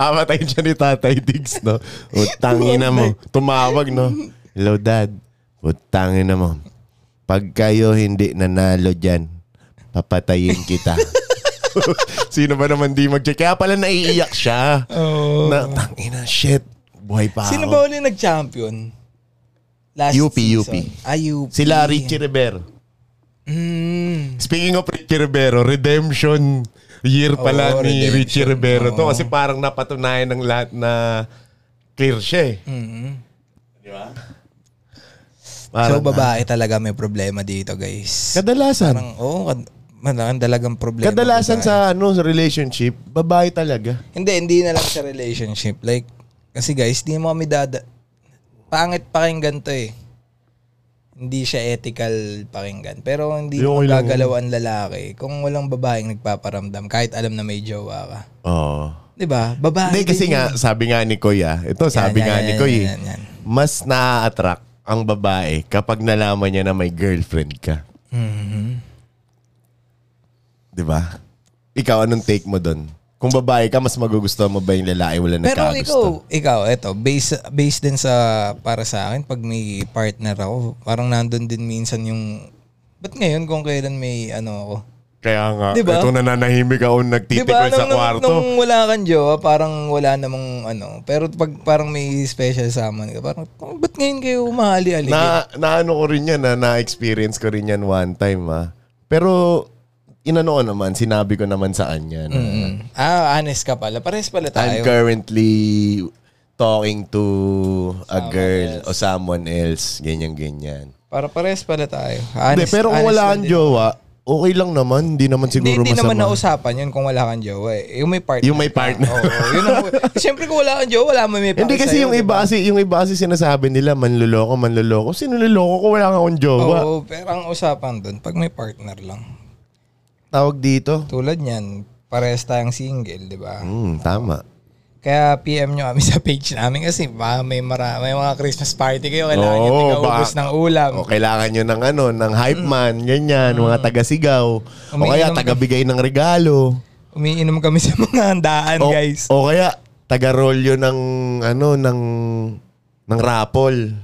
S2: Papatay siya ni Tatay Diggs, no? Utangin na mo. Tumawag, no? Hello, Dad. Utangin na mo. Pag kayo hindi nanalo dyan, papatayin kita. Sino ba naman di mag Kaya pala naiiyak siya.
S1: Oo.
S2: Na, tangina, shit. Buhay
S1: Oh.
S2: pa
S1: Sino ba
S2: ako.
S1: uli nag-champion? Last
S2: UP, UP.
S1: season. Ah, UP.
S2: Sila Richie Rivero.
S1: Mm.
S2: Speaking of Richie Rivero, redemption year pala
S1: Oo, Oh, redemption.
S2: ni
S1: Oh.
S2: Richie Rivero to. Kasi parang napatunayan ng lahat na clear siya eh.
S1: mm So,
S2: Parang,
S1: babae talaga may problema dito, guys.
S2: Kadalasan.
S1: Parang, oo, oh, man, talagang problema.
S2: kadalasan
S1: babae.
S2: sa ano sa relationship, babae talaga.
S1: Hindi, hindi na lang sa relationship. Like, kasi guys, di mo kami dada... Pangit pakinggan to eh. Hindi siya ethical pakinggan. Pero hindi mo
S2: Yung okay lang
S1: gagalaw ang lalaki kung walang babaeng nagpaparamdam kahit alam na may jowa ka.
S2: Oo.
S1: Di ba? Babae.
S2: Hindi kasi
S1: din yun.
S2: nga, sabi nga ni Koy ah. Ito
S1: Yan,
S2: sabi
S1: yan,
S2: nga
S1: yan,
S2: ni Koy,
S1: yan,
S2: eh,
S1: yan, yan.
S2: mas na-attract ang babae kapag nalaman niya na may girlfriend ka. Mm-hmm.
S1: Mhm.
S2: 'Di ba? Ikaw anong take mo doon? Kung babae ka, mas magugustuhan mo ba yung lalaki wala
S1: Pero ikaw,
S2: nagkagusto?
S1: ikaw, eto, based, based din sa, para sa akin, pag may partner ako, parang nandun din minsan yung, ba't ngayon kung kailan may, ano ako?
S2: Kaya nga,
S1: Di ba?
S2: ito nananahimik ako nagtitikol
S1: Diba, nung,
S2: sa
S1: nung,
S2: kwarto.
S1: nung wala kang jowa, parang wala namang, ano, pero pag parang may special summon ka, parang, "Oh, ba't ngayon kayo umahali-hali?
S2: na, na ano ko rin yan, na, na-experience ko rin yan one time ah. Pero inano ko naman, sinabi ko naman sa kanya na
S1: Mm. Ah, honest ka pala. Parehas pala
S2: I'm
S1: tayo.
S2: currently talking to a girl o someone else, ganyan ganyan.
S1: Para parehas pala tayo.
S2: Hindi,
S1: Honest,
S2: pero kung
S1: honest
S2: wala
S1: lang
S2: kang
S1: din.
S2: jowa, okay lang naman, hindi naman
S1: Hindi,
S2: siguro
S1: hindi naman
S2: masama.
S1: nausapan yun kung wala kang jowa eh. Yung may partner.
S2: Yung may
S1: ka.
S2: partner.
S1: Oo, yun ang, siyempre kung wala kang jowa, wala mo may
S2: Hindi
S1: pake
S2: kasi
S1: sa'yo, diba?
S2: yung
S1: di ba?
S2: iba kasi yung iba kasi sinasabi nila manloloko, manloloko. Sino niloloko ko wala kang akong jowa?
S1: Oo, pero ang usapan doon, pag may partner lang.
S2: Tawag dito.
S1: Tulad niyan, parehas tayong single, di ba?
S2: Hmm, tama.
S1: Kaya PM nyo kami sa page namin kasi baka may, mara- may mga Christmas party kayo, kailangan nyo
S2: Oo,
S1: tigaubos
S2: baka-
S1: ng ulam.
S2: O kailangan nyo ng ano, ng hype man, ganyan, mga taga-sigaw. O
S1: Mm. Umiinom
S2: kaya
S1: ka.
S2: taga-bigay ng regalo.
S1: Umiinom kami sa mga handaan,
S2: O,
S1: guys.
S2: o kaya taga-rolyo ng ano, ng ng rapol.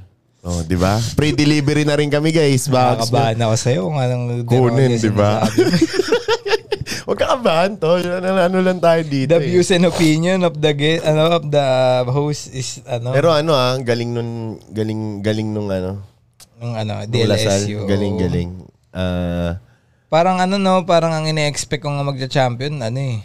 S2: O, di ba? Free delivery na rin kami, guys. Baka
S1: Nakakabahan ako sa'yo kung anong
S2: kunin,
S1: demonyo
S2: di ba?
S1: sinasabi.
S2: Huwag kakabahan, to. Ano, ano lang tayo
S1: The
S2: dito. eh.
S1: views and opinion of the ge- ano of the host is ano
S2: Pero ano ah, galing nun, galing, galing nung ano,
S1: ng ano
S2: nung Lasal.
S1: DLSU.
S2: Galing, galing. Ah,
S1: Parang ano no, parang ang ine-expect ko nga magja-champion, ano eh.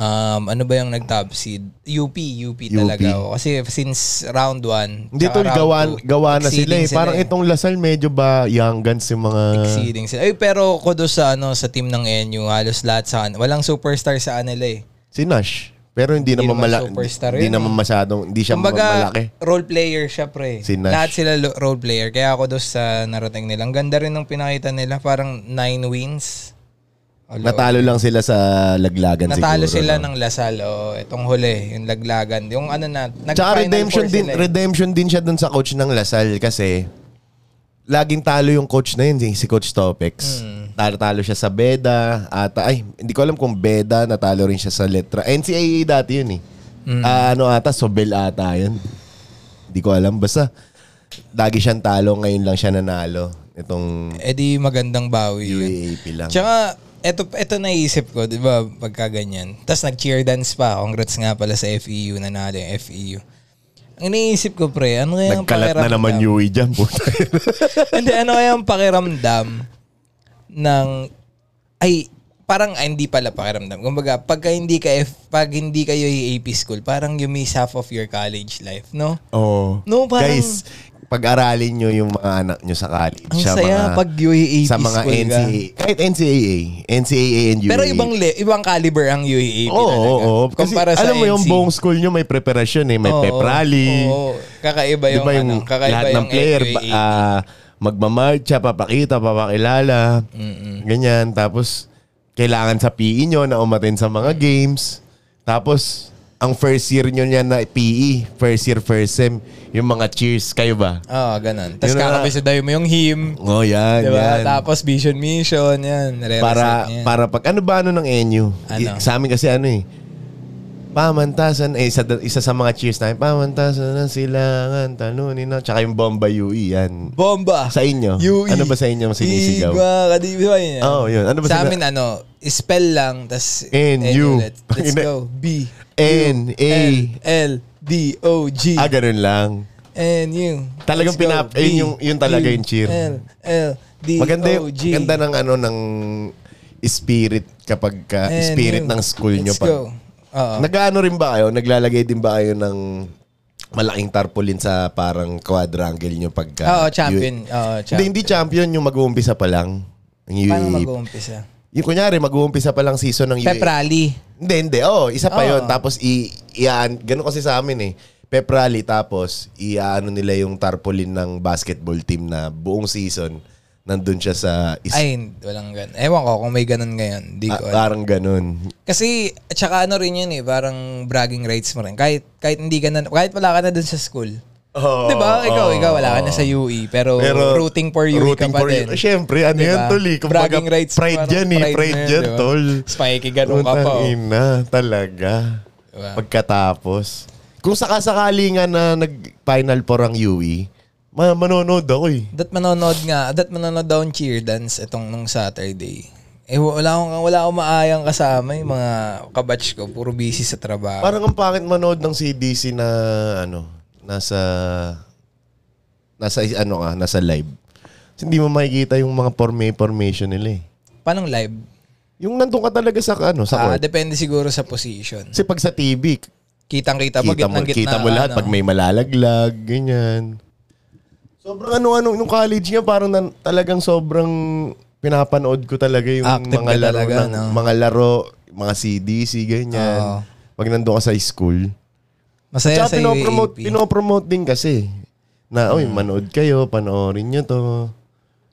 S1: Um, ano ba yung nag-top seed? UP, UP talaga.
S2: UP.
S1: ako. Kasi since round 1.
S2: Hindi tol, gawa, gawa na sila eh. Parang itong Lasal medyo ba young guns yung mga...
S1: Exceeding sila. Ay, pero kudos sa, ano, sa team ng NU. Halos lahat sa kan- Walang superstar sa kanila eh.
S2: Si Nash. Pero hindi, naman
S1: naman
S2: mala-
S1: superstar
S2: Hindi
S1: yun
S2: naman masyadong, hindi siya
S1: Kumbaga,
S2: malaki.
S1: role player siya pre.
S2: Si Nash.
S1: Lahat sila lo- role player. Kaya kudos sa narating nila. Ang ganda rin ng pinakita nila. Parang 9 wins. Alo.
S2: Natalo lang sila sa laglagan
S1: Natalo
S2: siguro.
S1: sila
S2: no?
S1: ng Lasal. Oh, itong huli, yung laglagan. Yung ano na, nag
S2: Tsaka redemption
S1: eh.
S2: din, redemption din siya dun sa coach ng Lasal kasi laging talo yung coach na yun, si Coach Topex.
S1: Hmm.
S2: Tatalo siya sa Beda. At, ay, hindi ko alam kung Beda, natalo rin siya sa Letra. NCAA dati yun eh.
S1: Hmm.
S2: Ah, ano ata, Sobel ata yun. Hindi ko alam. Basta, lagi siyang talo. Ngayon lang siya nanalo. Itong
S1: Eh di magandang bawi. yun.
S2: UAAP lang.
S1: Tsaka, eto, eto naisip ko, di ba, pagka ganyan. Tapos nag-cheer dance pa. Congrats nga pala sa FEU, nanalo yung FEU. Ang iniisip ko, pre, ano kaya ang
S2: Nagkalat na naman
S1: pakiramdam?
S2: Yui dyan. puta.
S1: Hindi, ano kaya ang pakiramdam ng, ay, parang ah, hindi pala pakiramdam. Kumbaga, pagka hindi ka F- pag hindi kayo AP school, parang you miss half of your college life, no?
S2: Oo.
S1: No, parang-
S2: Guys, pag-aralin nyo yung mga anak nyo sa college.
S1: Ang
S2: sa
S1: saya
S2: mga,
S1: pag UAAP
S2: Sa mga
S1: school ka.
S2: NCAA. Kahit NCAA. NCAA and UAAP.
S1: Pero ibang le- ibang caliber ang UAAP
S2: Oo,
S1: talaga.
S2: oo, oo. Kasi
S1: Kumpara sa
S2: alam mo yung
S1: NC.
S2: buong school nyo may preparasyon eh. May
S1: Oo,
S2: pep rally.
S1: oo. kakaiba
S2: Di
S1: yung,
S2: ba yung
S1: ano, kakaiba
S2: lahat ng
S1: yung E.
S2: player
S1: UAAP.
S2: uh, magmamarcha, papakita, papakilala. Ganyan. Tapos, kailangan sa PE nyo na umatin sa mga games. Tapos, ang first year nyo niya na PE, first year, first sem, yung mga cheers. Kayo ba?
S1: Oo, Ah, ganun. Tapos
S2: Yun na-
S1: kakabisa daw mo yung him.
S2: Oh, yan,
S1: Diba?
S2: yan.
S1: Tapos vision mission, yan. Nare-recite
S2: para
S1: niya.
S2: para pag ano ba ano ng NU? I-
S1: Ano?
S2: Sa amin kasi ano eh. Pamantasan eh isa, isa sa mga cheers namin. Pamantasan ng silangan talunin na tsaka yung Bomba UE yan.
S1: Bomba!
S2: Sa inyo?
S1: UE.
S2: Ano ba sa inyo ang sinisigaw?
S1: Igwa, kadiba yan.
S2: Oo, yun. Ano ba
S1: sa
S2: sila-
S1: amin, ano, spell lang, tas
S2: N, U.
S1: Let's, let's
S2: Pangina-
S1: go. B,
S2: N A
S1: L, L, D, O, G,
S2: Ah, ganun lang.
S1: N, U.
S2: Talagang
S1: Let's go.
S2: pinap- yun yung- yun talaga yung cheer.
S1: L, L, D,
S2: Maganda,
S1: E, O,
S2: yung,
S1: G.
S2: maganda ng ano ng spirit kapag ka,
S1: N,
S2: spirit
S1: U.
S2: ng school nyo.
S1: Let's
S2: Pag,
S1: go. Oo.
S2: Nag-ano rin ba kayo? Naglalagay din ba kayo ng malaking tarpaulin sa parang quadrangle nyo pagka...
S1: Oo, champion. Oo,
S2: Hindi,
S1: champion.
S2: hindi champion yung mag-uumpisa pa lang. Yung
S1: Paano
S2: UAAP.
S1: mag-uumpisa?
S2: Yung kunyari, mag-uumpisa pa lang season ng
S1: Pep
S2: UAAP.
S1: rally.
S2: Hindi, hindi. Oo, oh, isa pa
S1: Oo.
S2: yon Tapos, i, iaan, ganun kasi sa amin eh. Pep rally, tapos, iaano nila yung tarpaulin ng basketball team na buong season, nandun siya sa... Is-
S1: Ay, hindi, walang ganun. Ewan ko kung may ganun ngayon. Di
S2: ah,
S1: ko alam.
S2: parang ganun.
S1: Kasi, at saka ano rin yun eh, parang bragging rights mo rin. Kahit, kahit hindi ka na, kahit wala ka na dun sa school.
S2: Oo,
S1: Di ba? Ikaw,
S2: oo,
S1: ikaw, wala ka na
S2: oo.
S1: sa UE. Pero, rooting for UE
S2: rooting
S1: ka pa
S2: for
S1: din.
S2: UE. Siyempre, ano
S1: Di
S2: yan,
S1: ba?
S2: tol eh. Kung
S1: Bragging rights.
S2: pride
S1: parang
S2: yan eh. Pride,
S1: na
S2: yan,
S1: di ba?
S2: tol. eh.
S1: Spiky ganun ka
S2: Putang
S1: pa. oh.
S2: ina, talaga.
S1: Diba?
S2: Pagkatapos. Kung sakasakali nga na nag-final four ang UE, ma- manonood ako eh.
S1: Dat manonood nga, dat manonood daw ang cheer dance itong nung Saturday. Eh, wala akong, wala akong maayang kasama yung mga kabatch ko. Puro busy sa trabaho.
S2: Parang ang pangit manood ng CDC na ano, nasa nasa ano ka, nasa live. Kasi hindi mo makikita yung mga forma- formation nila eh.
S1: Paano live?
S2: Yung nandun ka talaga sa ano, sa
S1: Ah,
S2: court.
S1: depende siguro sa position.
S2: Kasi pag sa TV,
S1: Kitang-kita pa,
S2: kita mo,
S1: gitnang
S2: kita mo
S1: ano.
S2: lahat pag may malalaglag, ganyan. Sobrang ano-ano, nung college nga parang nan- talagang sobrang pinapanood ko talaga yung
S1: Active
S2: mga
S1: ka
S2: laro,
S1: talaga,
S2: ng,
S1: no?
S2: mga laro, mga CDC, ganyan.
S1: Oo.
S2: Pag nandun ka sa school.
S1: Masaya sa eh.
S2: Tsaka
S1: Mm.
S2: pinopromote,
S1: UAP.
S2: pinopromote din kasi. Na, oy, manood kayo, panoorin nyo to.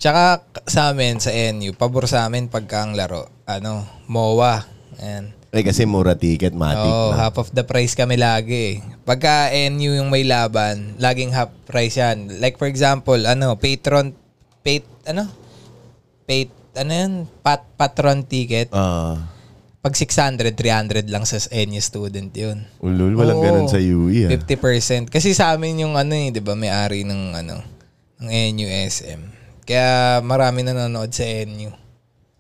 S1: Tsaka k- sa amin, sa NU, pabor sa amin pagka ang laro. Ano, MOA. Ayan.
S2: Eh, kasi mura ticket, matik
S1: Oo,
S2: na.
S1: half of the price kami lagi. eh. Pagka NU yung may laban, laging half price yan. Like for example, ano, patron, pay, ano? Pay, ano yan? Pat, patron ticket.
S2: Ah,
S1: Pag 600, 300 lang sa NU student yun.
S2: ulul, walang
S1: Oo.
S2: ganun sa UE. Ah.
S1: 50%. Kasi sa amin yung ano eh, 'di ba, may-ari ng ano, ng NUSM. Kaya marami nanonood sa NU.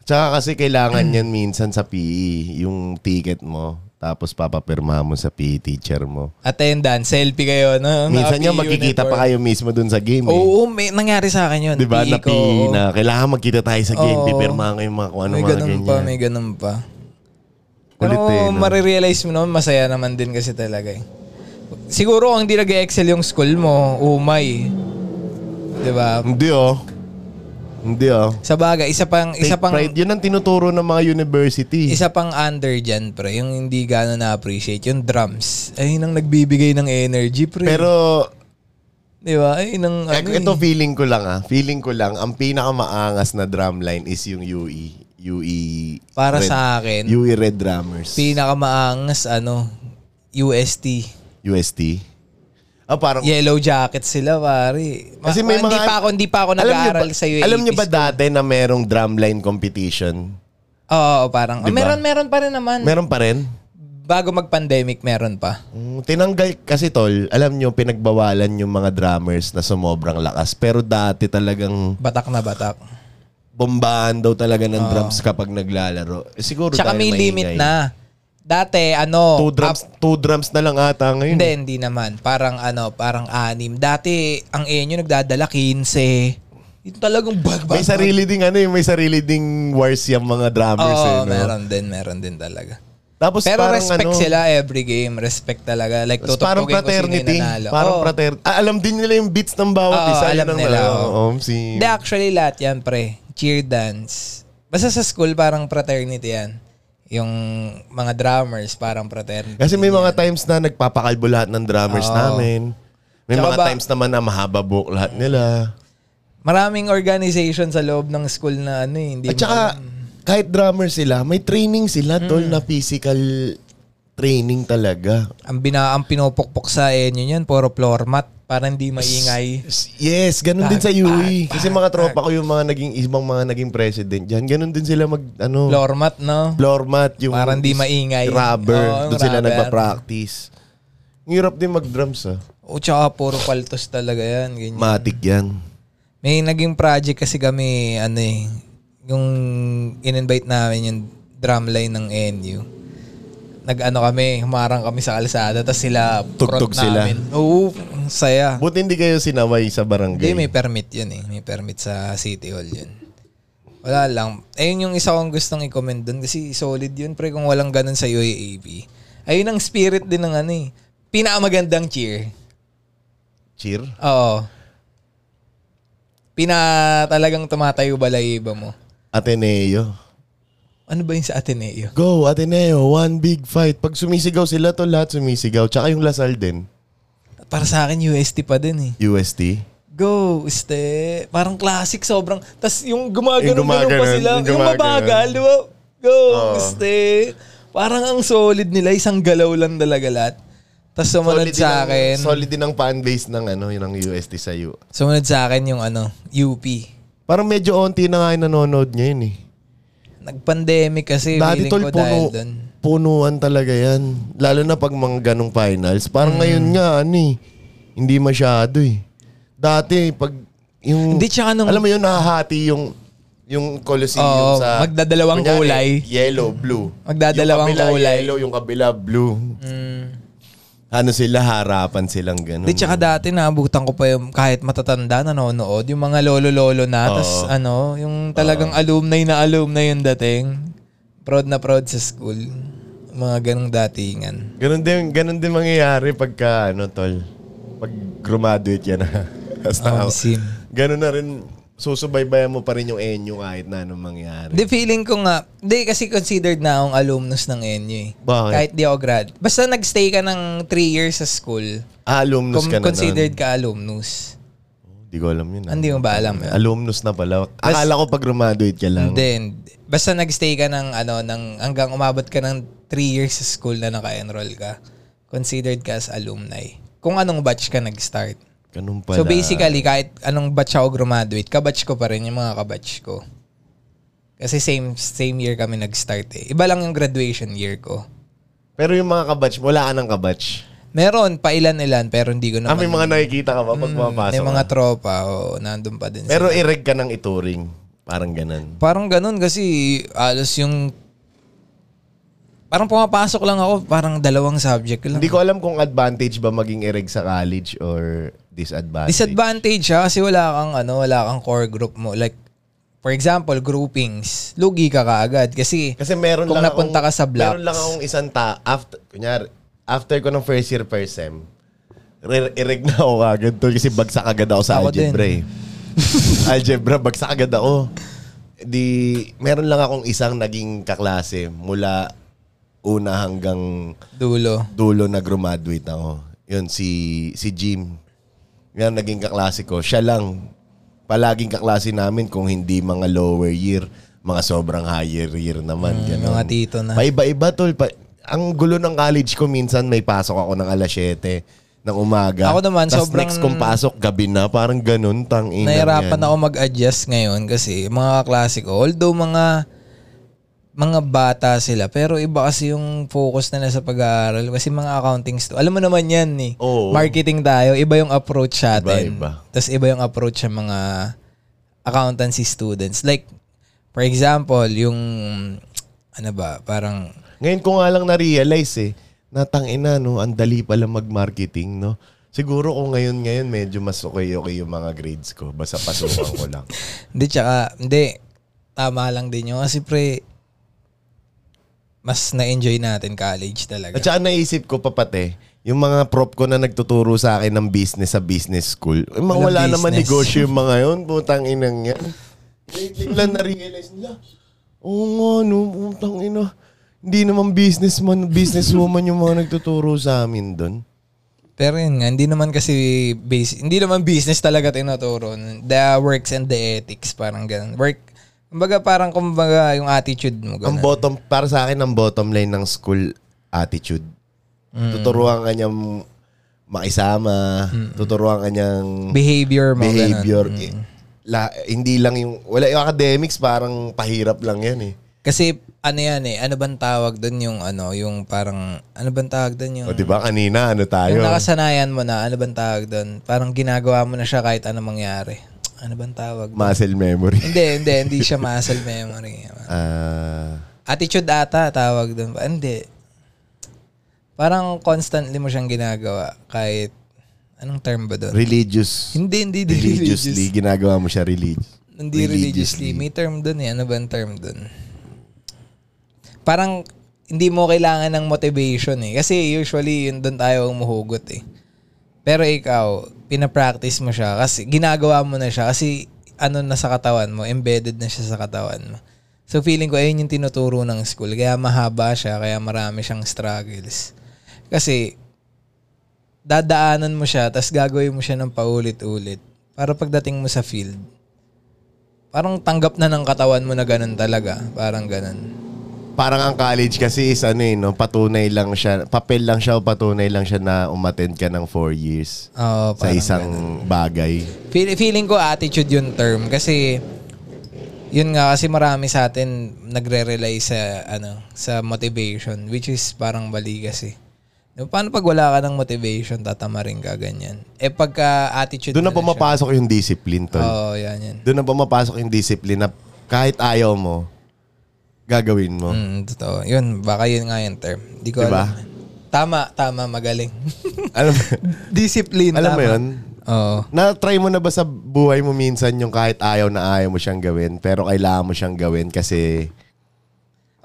S2: Tsaka kasi kailangan yan minsan sa PE, yung ticket mo, tapos papapirma mo sa PE teacher mo.
S1: Attendance, selfie kayo, no?
S2: Minsan
S1: Naka-PE
S2: yan, makikita
S1: uniform.
S2: pa kayo mismo dun sa game.
S1: E
S2: Eh.
S1: Oo, may nangyari sa akin yun.
S2: Di ba?
S1: PE
S2: Na
S1: ko,
S2: PE
S1: oo.
S2: na. Kailangan magkita tayo sa game.
S1: Oo.
S2: Pipirma kayo mga kung ano
S1: may
S2: mga
S1: ganun
S2: ganyan.
S1: pa, may ganun pa. Pero
S2: Kulit eh, no?
S1: marirealize mo naman, masaya naman din kasi talaga eh. Siguro kung hindi nag-excel yung school mo, umay. 'Di ba?
S2: Hindi oh. Hindi oh.
S1: Sa bagay, isa pang
S2: Take
S1: isa pang
S2: pride. Yun ang tinuturo ng mga university.
S1: Isa pang under dyan, pre, yung hindi gano'n na-appreciate, yung drums. Ayun ang nagbibigay ng energy, pre.
S2: Pero
S1: Di ba? Ayun ang ano
S2: Ek-
S1: eh.
S2: Ito feeling ko lang ah. Feeling ko lang, ang pinakamaangas na drumline is yung UE. UE.
S1: Para
S2: E Red-
S1: sa akin,
S2: UE Red Drummers.
S1: pinakamaangas, ano, UST.
S2: UST. Ah, parang...
S1: Yellow jacket sila, pare. Ma-
S2: Kasi may
S1: hindi
S2: mga...
S1: pa ako, hindi pa ako
S2: Alam niyo
S1: nag-aaral
S2: ba-
S1: sa E UAP.
S2: Alam niyo ba dati na merong drumline competition?
S1: Oo, oo, parang.
S2: Di ba?
S1: Meron, meron pa rin naman.
S2: Meron pa rin?
S1: Bago mag-pandemic, meron pa.
S2: Mm, Tinanggal kasi tol, alam niyo pinagbawalan yung mga drummers na sumobrang lakas. Pero dati talagang
S1: Batak na batak.
S2: bombahan daw talaga ng drums kapag naglalaro. Eh, Siguro
S1: Tsaka
S2: dahil
S1: may
S2: maingay.
S1: limit na. Dati, ano,
S2: Two drums, two drums na lang ata ngayon.
S1: Hindi, hindi naman. Parang ano, parang anim. Dati, ang inyo nagdadala 15. Yung talagang bag, bag,
S2: May sarili ding ano eh, may sarili ding wars yung mga drummers eh.
S1: Oo,
S2: no?
S1: meron din, meron din talaga.
S2: Tapos
S1: Pero
S2: parang
S1: respect
S2: ano,
S1: sila every game. Respect talaga. Like,
S2: Tapos
S1: tutupukin ko
S2: parang
S1: sino yung
S2: fraternity.
S1: nanalo.
S2: Parang
S1: Oo.
S2: fraternity. Ah, alam din nila yung beats ng bawat
S1: Oo,
S2: isa. Yun
S1: alam
S2: ang
S1: nila,
S2: alam.
S1: oo.
S2: Oo, si...
S1: Hindi, actually lahat yan, pre. Cheer dance. Basta sa school, parang fraternity yan. Yung mga drummers, parang fraternity.
S2: Kasi may mga times na nagpapakalbo lahat ng drummers namin. May
S1: Tsaka
S2: mga
S1: ba-
S2: times naman na mahaba buhok lahat nila.
S1: Maraming organization sa loob ng school na ano eh, hindi
S2: At saka,
S1: mo-
S2: kahit drummer sila, may training sila,
S1: Mm.
S2: tol, na physical training talaga.
S1: ang, bina, ang pinupukpok sa inyo yan, puro floor mat. Parang hindi maingay.
S2: Yes, ganun din sa UE. Kasi mga tropa ko yung mga naging ibang mga naging president diyan. Ganun din sila mag ano
S1: Floor mat, no?
S2: floor mat yung
S1: Parang di maingay.
S2: Rubber,
S1: Oo, yung
S2: doon sila
S1: rubber.
S2: nagpa-practice. Ang hirap din mag-drums ah.
S1: O tsaka puro paltos talaga yan. Ganyan.
S2: Matik 'yan.
S1: May naging project kasi kami, ano eh, yung in-invite namin yung drumline ng NU. Nag-ano kami, humarang kami sa kalsada, tapos sila prot
S2: Tugtog sila.
S1: namin. Oo, ang saya.
S2: Buti hindi kayo sinaway sa
S1: Hindi,
S2: barangay.
S1: may permit yun eh. May permit sa City Hall yun. Wala lang. Ayun yung isa kong gustong i-comment doon kasi solid yun pre kung walang ganun sa UAAP. Ayun ang spirit din ng ano eh. Pinakamagandang cheer.
S2: Cheer.
S1: Oo. Pina talagang tumatayo balayiba mo.
S2: Ateneo.
S1: Ano ba yung sa Ateneo?
S2: Go, Ateneo. One big fight. Pag sumisigaw sila to, lahat sumisigaw. Tsaka yung Lasal din.
S1: Para sa akin, UST pa din eh.
S2: UST.
S1: Go, este. Parang classic, sobrang. Tapos yung gumagano
S2: Yung gumaganon,
S1: pa sila. Yung,
S2: yung gumaganon.
S1: mabagal, di ba? Go, este. Parang ang solid nila. Isang galaw lang talaga lahat. Tapos sumunod
S2: din ang-
S1: sa akin.
S2: solid din ang fan base ng ano, yun ang UST sa U.
S1: Sumunod sa akin yung ano, UP.
S2: Parang medyo onti na nga yung nanonood ngayon eh.
S1: Nag-pandemic kasi. Dati
S2: Dati tol,
S1: ko dahil
S2: puno,
S1: dun.
S2: punuan talaga yan. Lalo na pag mga ganong finals. Parang
S1: Mm.
S2: ngayon nga, ano eh, hindi masyado eh. Dati, pag yung...
S1: Hindi, tsaka nung-
S2: Alam mo yun, nahahati yung yung Colosseum
S1: Oo,
S2: sa...
S1: magdadalawang kulay.
S2: Yellow, blue.
S1: Magdadalawang
S2: yung kabila,
S1: kulay.
S2: yellow, yung kabila, blue.
S1: Mm.
S2: Ano sila, harapan silang ganun.
S1: Di, tsaka dati naabutan ko pa yung kahit matatanda nanonood, yung mga lolo-lolo na, tas ano, yung talagang alumni na alumni yung dating. Proud na proud sa school. Mga ganong datingan.
S2: Ganun din, ganun din mangyayari pagka, ano, tol. Pag graduate yan, ha. Basta,
S1: Oh, sim.
S2: ganun na rin, susubaybayan mo pa rin yung enyo kahit na anong mangyari.
S1: Di feeling ko nga, di kasi considered na akong alumnus ng NU eh.
S2: Bakit?
S1: Kahit di ako grad. Basta nagstay ka ng 3 years sa school,
S2: Ah, alumnus
S1: com-
S2: ka na
S1: considered
S2: nun.
S1: ka alumnus.
S2: Hindi ko alam yun. ah.
S1: Hindi mo ba alam yun?
S2: Alumnus na pala. Akala ko pag graduate ka lang.
S1: Then, basta nagstay ka ng ano ng hanggang umabot ka ng 3 years sa school na naka-enroll ka, considered ka as alumni. Kung anong batch ka nag-start.
S2: Ganun pala.
S1: So basically, kahit anong batch ako graduate, kabatch ko pa rin yung mga kabatch ko. Kasi same same year kami nag-start eh. Iba lang yung graduation year ko.
S2: Pero yung mga kabatch, mo, wala ka ng kabatch.
S1: Meron pa ilan-ilan pero hindi ko
S2: Ah, may
S1: naman
S2: mga nakikita ka ba pag
S1: Mm, may
S2: pumapasok
S1: mga
S2: ka?
S1: tropa o nandun pa din sila.
S2: Pero ireg ka ng ituring. Parang ganun.
S1: Parang ganun kasi alos yung parang pumapasok lang ako parang dalawang subject lang.
S2: Hindi ko alam kung advantage ba maging ireg sa college or disadvantage.
S1: Disadvantage ha kasi wala kang ano, wala kang core group mo. Like for example, groupings. Lugi ka kaagad kasi
S2: Kasi meron
S1: Kung
S2: lang
S1: napunta
S2: akong-
S1: ka sa blocks.
S2: Meron lang akong isang ta after kunyari after ko ng first year first sem. re- Ireg na ako agad tol kasi bagsak agad ako sa
S1: Ako din.
S2: algebra eh. algebra bagsak agad ako. Di meron lang akong isang naging kaklase mula una hanggang
S1: dulo.
S2: dulo na graduate ako. Yun si si Jim. Yan naging kaklase ko. Siya lang palaging kaklase namin kung hindi mga lower year, mga sobrang higher year naman
S1: Hmm,
S2: ganun.
S1: mga tito na.
S2: Paiba-iba tol. Pa- ang gulo ng college ko minsan may pasok ako ng alas 7 ng umaga.
S1: Ako naman,
S2: Tas
S1: sobrang-
S2: next kong pasok gabi na, parang ganun tang ina.
S1: Nahirapan ako mag-adjust ngayon kasi mga kaklase ko, although mga mga bata sila, pero iba kasi yung focus nila sa pag-aaral. Kasi mga accounting stu- Alam mo naman yan eh.
S2: Oo.
S1: Marketing tayo, iba yung approach sa
S2: Iba,
S1: atin.
S2: iba.
S1: Tapos iba yung approach sa mga accountancy students. Like, for example, yung, ano ba, parang,
S2: Ngayon ko nga lang na-realize eh, na tang ina no, ang dali pala mag-marketing no. Siguro kung ngayon-ngayon, medyo mas okay-okay yung mga grades ko. Basta pasukan ko lang.
S1: Hindi, tsaka, hindi. Tama lang din yun. Kasi pre, mas na-enjoy natin college talaga.
S2: At saka naisip ko pa pati, yung mga prop ko na nagtuturo sa akin ng business sa business school, eh, mga wala
S1: Walang
S2: naman
S1: business.
S2: negosyo yung mga yun, putang inang yan. Lately ko lang na-realize nila, oo nga no, putang ina. Hindi naman businessman, businesswoman yung mga nagtuturo sa amin doon.
S1: Pero yun nga, hindi naman kasi base, hindi naman business talaga tinuturo. The works and the ethics, parang ganun. Work, kumbaga parang kumbaga yung attitude mo.
S2: Ang
S1: Ganun.
S2: bottom, para sa akin, ang bottom line ng school attitude.
S1: Mm.
S2: Tuturuan ka niyang makisama, tuturuan ka niyang
S1: behavior mo. Ganun. Mm.
S2: behavior. Eh, La, hindi lang yung, wala yung academics, parang pahirap lang yan eh.
S1: Kasi ano yan eh, ano bang tawag doon yung ano, yung parang, ano bang tawag doon yung...
S2: O di ba kanina ano tayo?
S1: Yung nakasanayan mo na, ano bang tawag doon? Parang ginagawa mo na siya kahit anong mangyari. Ano bang tawag?
S2: Muscle memory.
S1: hindi, hindi. Hindi siya muscle memory.
S2: Ah,
S1: Attitude ata, tawag doon. Pa- Hindi. Parang constantly mo siyang ginagawa kahit anong term ba doon?
S2: religious.
S1: Hindi, hindi, hindi
S2: Religiously,
S1: religious.
S2: ginagawa mo siya religious.
S1: Hindi religiously. May term doon eh. Ano ba ang term doon? Parang hindi mo kailangan ng motivation eh. Kasi usually yun doon tayo umuhugot eh. Pero ikaw, pinapractice mo siya kasi ginagawa mo na siya kasi ano na sa katawan mo, embedded na siya sa katawan mo. So feeling ko ayun yung tinuturo ng school. Kaya mahaba siya, kaya marami siyang struggles. Kasi dadaanan mo siya, tapos gagawin mo siya ng paulit-ulit. Para pagdating mo sa field, parang tanggap na ng katawan mo na ganun talaga. Parang ganun.
S2: Parang ang college kasi is ano eh, no? patunay lang siya, papel lang siya o patunay lang siya na umattend ka ng four years
S1: Oo,
S2: sa
S1: parang
S2: isang bagay.
S1: Feel, feeling ko attitude yung term kasi yun nga kasi marami sa atin nagre-rely sa ano sa motivation which is parang mali kasi. No, Paano pag wala ka ng motivation, tatama rin ka ganyan. Eh pagka attitude
S2: Doon na
S1: mo siya.
S2: pumapasok yung discipline, tol.
S1: Oo, yan yan.
S2: Doon na pumapasok yung discipline na kahit ayaw mo, gagawin mo.
S1: Mm, totoo. Yun, baka yun nga yung term. Di ko
S2: Diba?
S1: alam. Tama, tama, magaling.
S2: Alam,
S1: Discipline,
S2: alam
S1: Mm,
S2: mo
S1: tama.
S2: yun?
S1: Oo.
S2: Na-try mo na ba sa buhay mo minsan yung kahit ayaw na ayaw mo siyang gawin, pero kailangan mo siyang gawin kasi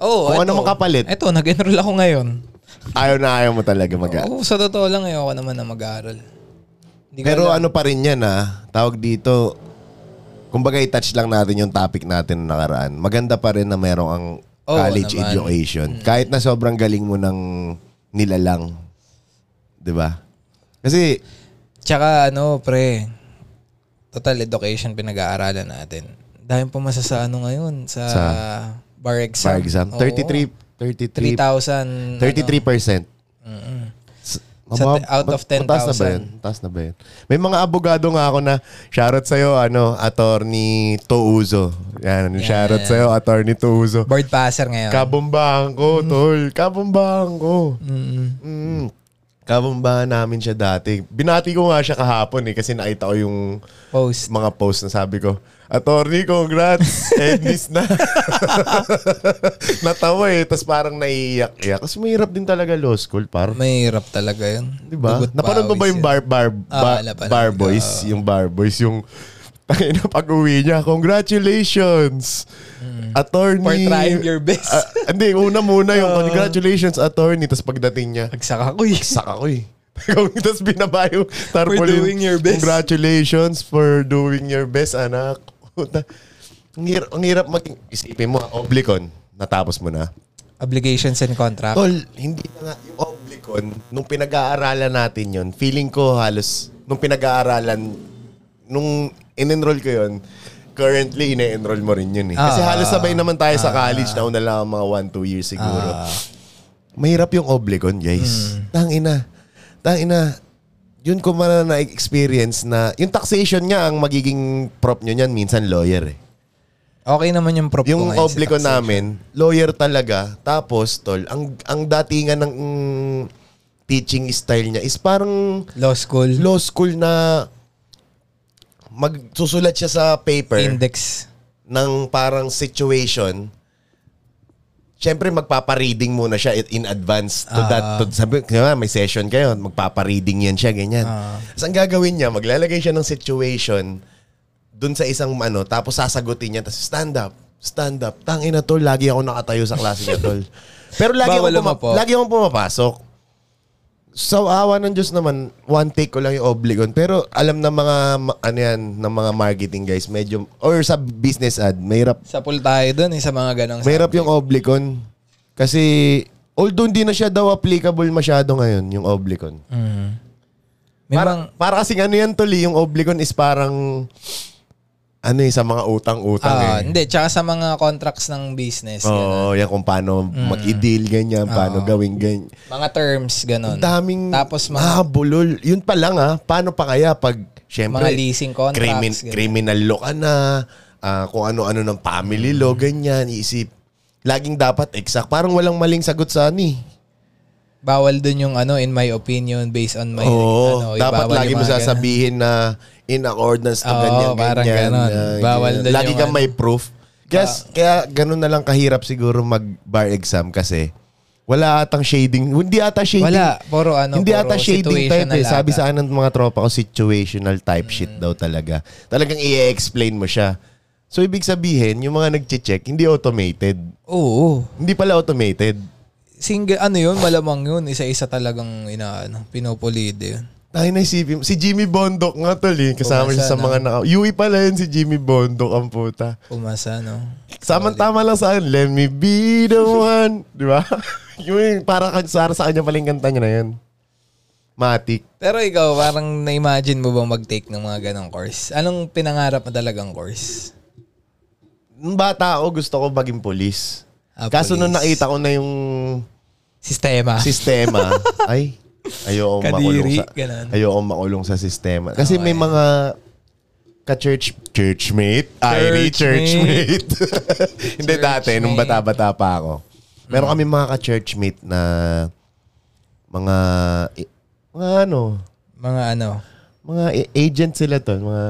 S1: Oo,
S2: Kung ano
S1: Oh, eto.
S2: mang kapalit.
S1: Eto, nag-enroll ako ngayon.
S2: ayaw na ayaw mo talaga mag
S1: Oo, sa totoo lang, ayoko naman na mag-aaral. Hindi ko
S2: Pero
S1: alam.
S2: ano pa rin yan ha, tawag dito, kumbaga i-touch lang natin yung topic natin na nakaraan. Maganda pa rin na merong ang
S1: Oo
S2: college
S1: naman. Mm.
S2: education. Kahit na sobrang galing mo ng nilalang. 'Di ba? Kasi,
S1: Tsaka ano, pre, total education pinag-aaralan natin. Dahil pumasa sa ano ngayon, sa,
S2: Sa-
S1: bar exam.
S2: for example, 33, 33,
S1: 3,000.
S2: 33%.
S1: Ano, mm-mm.
S2: Mababa-
S1: Sa- out of
S2: ma- mataas na ba
S1: 10,000.
S2: yun? Mataas na ba yun? May mga abogado nga ako na, shoutout sa'yo, ano, attorney Touzo. Yan, shoutout sa'yo, attorney Touzo.
S1: Board passer ngayon.
S2: Ah. Kabumbahan ko, tol. Kabumbahan ko.
S1: Mm-mm.
S2: Mm. Kabumbahan namin siya dati. Binati ko nga siya kahapon eh, kasi nakita ko yung
S1: Post.
S2: mga post na sabi ko, Attorney, congrats! Endless na. Natawa eh. Tapos parang naiiyak-iyak. Kasi mahirap din talaga law school. Parang
S1: Mahirap talaga yun.
S2: Di ba?
S1: Dugot eh, Ah,
S2: Diba? Napanood mo ba
S1: pawis
S2: yung
S1: yun.
S2: bar, bar, bar,
S1: napanood
S2: bar
S1: ko,
S2: boys?
S1: oo.
S2: Yung bar boys, yung tangin na pag-uwi niya, congratulations! Attorney!
S1: Mm. For trying your best.
S2: Ah, hindi, una muna yung congratulations, attorney. Tapos pagdating niya,
S1: Pagsaka ko eh.
S2: saka ko eh. Tapos binaba yung tarpaulin.
S1: doing your best.
S2: Congratulations for doing your best, anak. Puta. ang, hirap, ang hirap maging, isipin mo, Oblicon, natapos mo na.
S1: Obligations and contract.
S2: Tol, hindi na nga yung Oblicon, nung pinag-aaralan natin yon feeling ko halos, nung pinag-aaralan, nung in-enroll ko yon currently ine-enroll mo rin yun eh. Kasi
S1: Ah.
S2: halos sabay naman tayo sa college, nauna lang ang mga 1-2 years siguro. Mahirap yung Oblicon, guys. Tangina. Tangina. Yun ko man na experience na, yung taxation nga ang magiging prop nyo niyan, minsan lawyer eh.
S1: Okay naman yung prop ko ngayon.
S2: Yung
S1: sa
S2: obli ko
S1: taxation.
S2: namin, lawyer talaga. Tapos, tol, ang, ang datingan ng mm, teaching style niya is parang
S1: Law school.
S2: law school na magsusulat siya sa paper
S1: Index.
S2: ng parang situation. Siyempre, magpapa-reading muna siya in advance to that. To, sabi, kaya nga, may session kayo, magpapa-reading yan siya, ganyan. Tapos ang gagawin niya, maglalagay siya ng situation dun sa isang ano, tapos sasagutin niya, tapos stand up, stand up. Tangin na tol, lagi ako nakatayo sa klase niya tol. Pero lagi ako,
S1: Bawal
S2: puma-
S1: lumapo.
S2: lagi akong pumapasok. So, awa ng Diyos naman, one take ko lang yung Obligon. Pero alam ng mga, ma- ano yan, ng mga marketing guys, medyo, or sa business ad, mahirap
S1: Sapul tayo dun eh, sa mga ganong
S2: Mahirap yung Oblicon. Kasi, although hindi na siya daw applicable masyado ngayon, yung Oblicon.
S1: May
S2: Para, para kasing ano yan, Tuli, yung Oblicon is parang, ano eh, sa mga utang-utang
S1: Ah,
S2: eh.
S1: hindi, tsaka sa mga contracts ng business, ganun. Mm.
S2: Oo, yan kung paano mag-i-deal, ganyan, paano gawing ganyan.
S1: mga terms, ganun.
S2: Ang daming,
S1: Tapos mga,
S2: ah, bulol. Yun pa lang ah, paano pa kaya pag, syempre,
S1: mga leasing contracts.
S2: crimin-
S1: ganun.
S2: criminal law ka na, ah, kung ano-ano ng family
S1: Mm.
S2: law, ganyan, iisip. Laging dapat exact. Parang walang maling sagot sa ano eh.
S1: Bawal dun yung ano, in my opinion, based on my... ano,
S2: Oo, dapat
S1: bawal
S2: lagi
S1: yung
S2: mo
S1: mga
S2: sasabihin na in accordance to
S1: Oo,
S2: ganyan,
S1: parang
S2: ganyan.
S1: ganon.
S2: na
S1: Bawal
S2: ganyan.
S1: din
S2: Lagi
S1: yung
S2: kang
S1: ano. Ah.
S2: may proof. Kaya, kaya ganun na lang kahirap siguro mag-bar exam kasi wala atang shading. Hindi ata shading.
S1: Wala, puro ano,
S2: Hindi
S1: puro
S2: ata shading type
S1: situational
S2: eh.
S1: ata.
S2: Sabi
S1: Mm.
S2: sa akin ng mga tropa ko, situational type shit daw talaga. Talagang i-explain mo siya. So, ibig sabihin, yung mga nag-check, hindi automated.
S1: ganun. Oo.
S2: Hindi pala automated.
S1: Single, ano yun, malamang yun. Isa-isa talagang ina, ano, pinupulide yun.
S2: Tayo naisipin. Si Jimmy Bondok nga tol eh. Kasama
S1: Pumasa
S2: siya sa
S1: na.
S2: mga naka... Yui pala yun si Jimmy Bondok ang puta.
S1: Umasa, no?
S2: Samantama lang sa akin, let me be the one. Di ba? Yun, yung para kan- sa, sa kanya pala yung kanta niya na yun. Matik.
S1: Pero ikaw, parang na-imagine mo bang mag-take ng mga ganong course? Anong pinangarap mo talagang course?
S2: Nung bata ako, gusto ko maging polis.
S1: Ah,
S2: Kaso nung
S1: police.
S2: nakita ko na yung
S1: Sistema.
S2: sistema, ay, ayoko
S1: Kadiri,
S2: makulong sa,
S1: ganun.
S2: ayoko makulong sa sistema. Kasi may mga ka-church, churchmate, Irie,
S1: Churchmate.
S2: churchmate. Hindi dati, nung bata-bata pa ako.
S1: Mm.
S2: Meron kami mga ka-churchmate na mga, i- mga ano,
S1: mga ano.
S2: mga i- agent sila to, mga,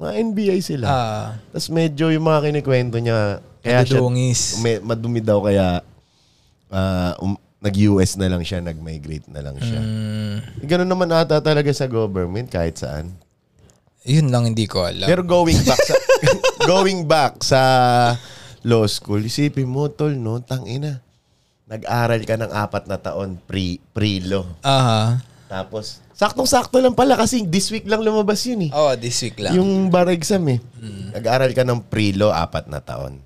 S2: mga NBI sila.
S1: Ah,
S2: Tapos medyo yung mga kinikwento niya, kaya siya,
S1: dudungis.
S2: may, madumi daw kaya ah, um, nag-US na lang siya, nag-migrate na lang siya. Eh, Ganun naman ata talaga sa government kahit saan.
S1: Yun lang hindi ko alam.
S2: Pero going back sa going back sa law school, isipin mo tol, no, tangina. Nag-aral ka ng apat na taon pre pre-law.
S1: Aha.
S2: Tapos saktong-sakto lang pala kasi this week lang lumabas yun eh.
S1: Oh, this week lang.
S2: Yung bar exam eh. Nag-aral ka ng pre-law apat na taon.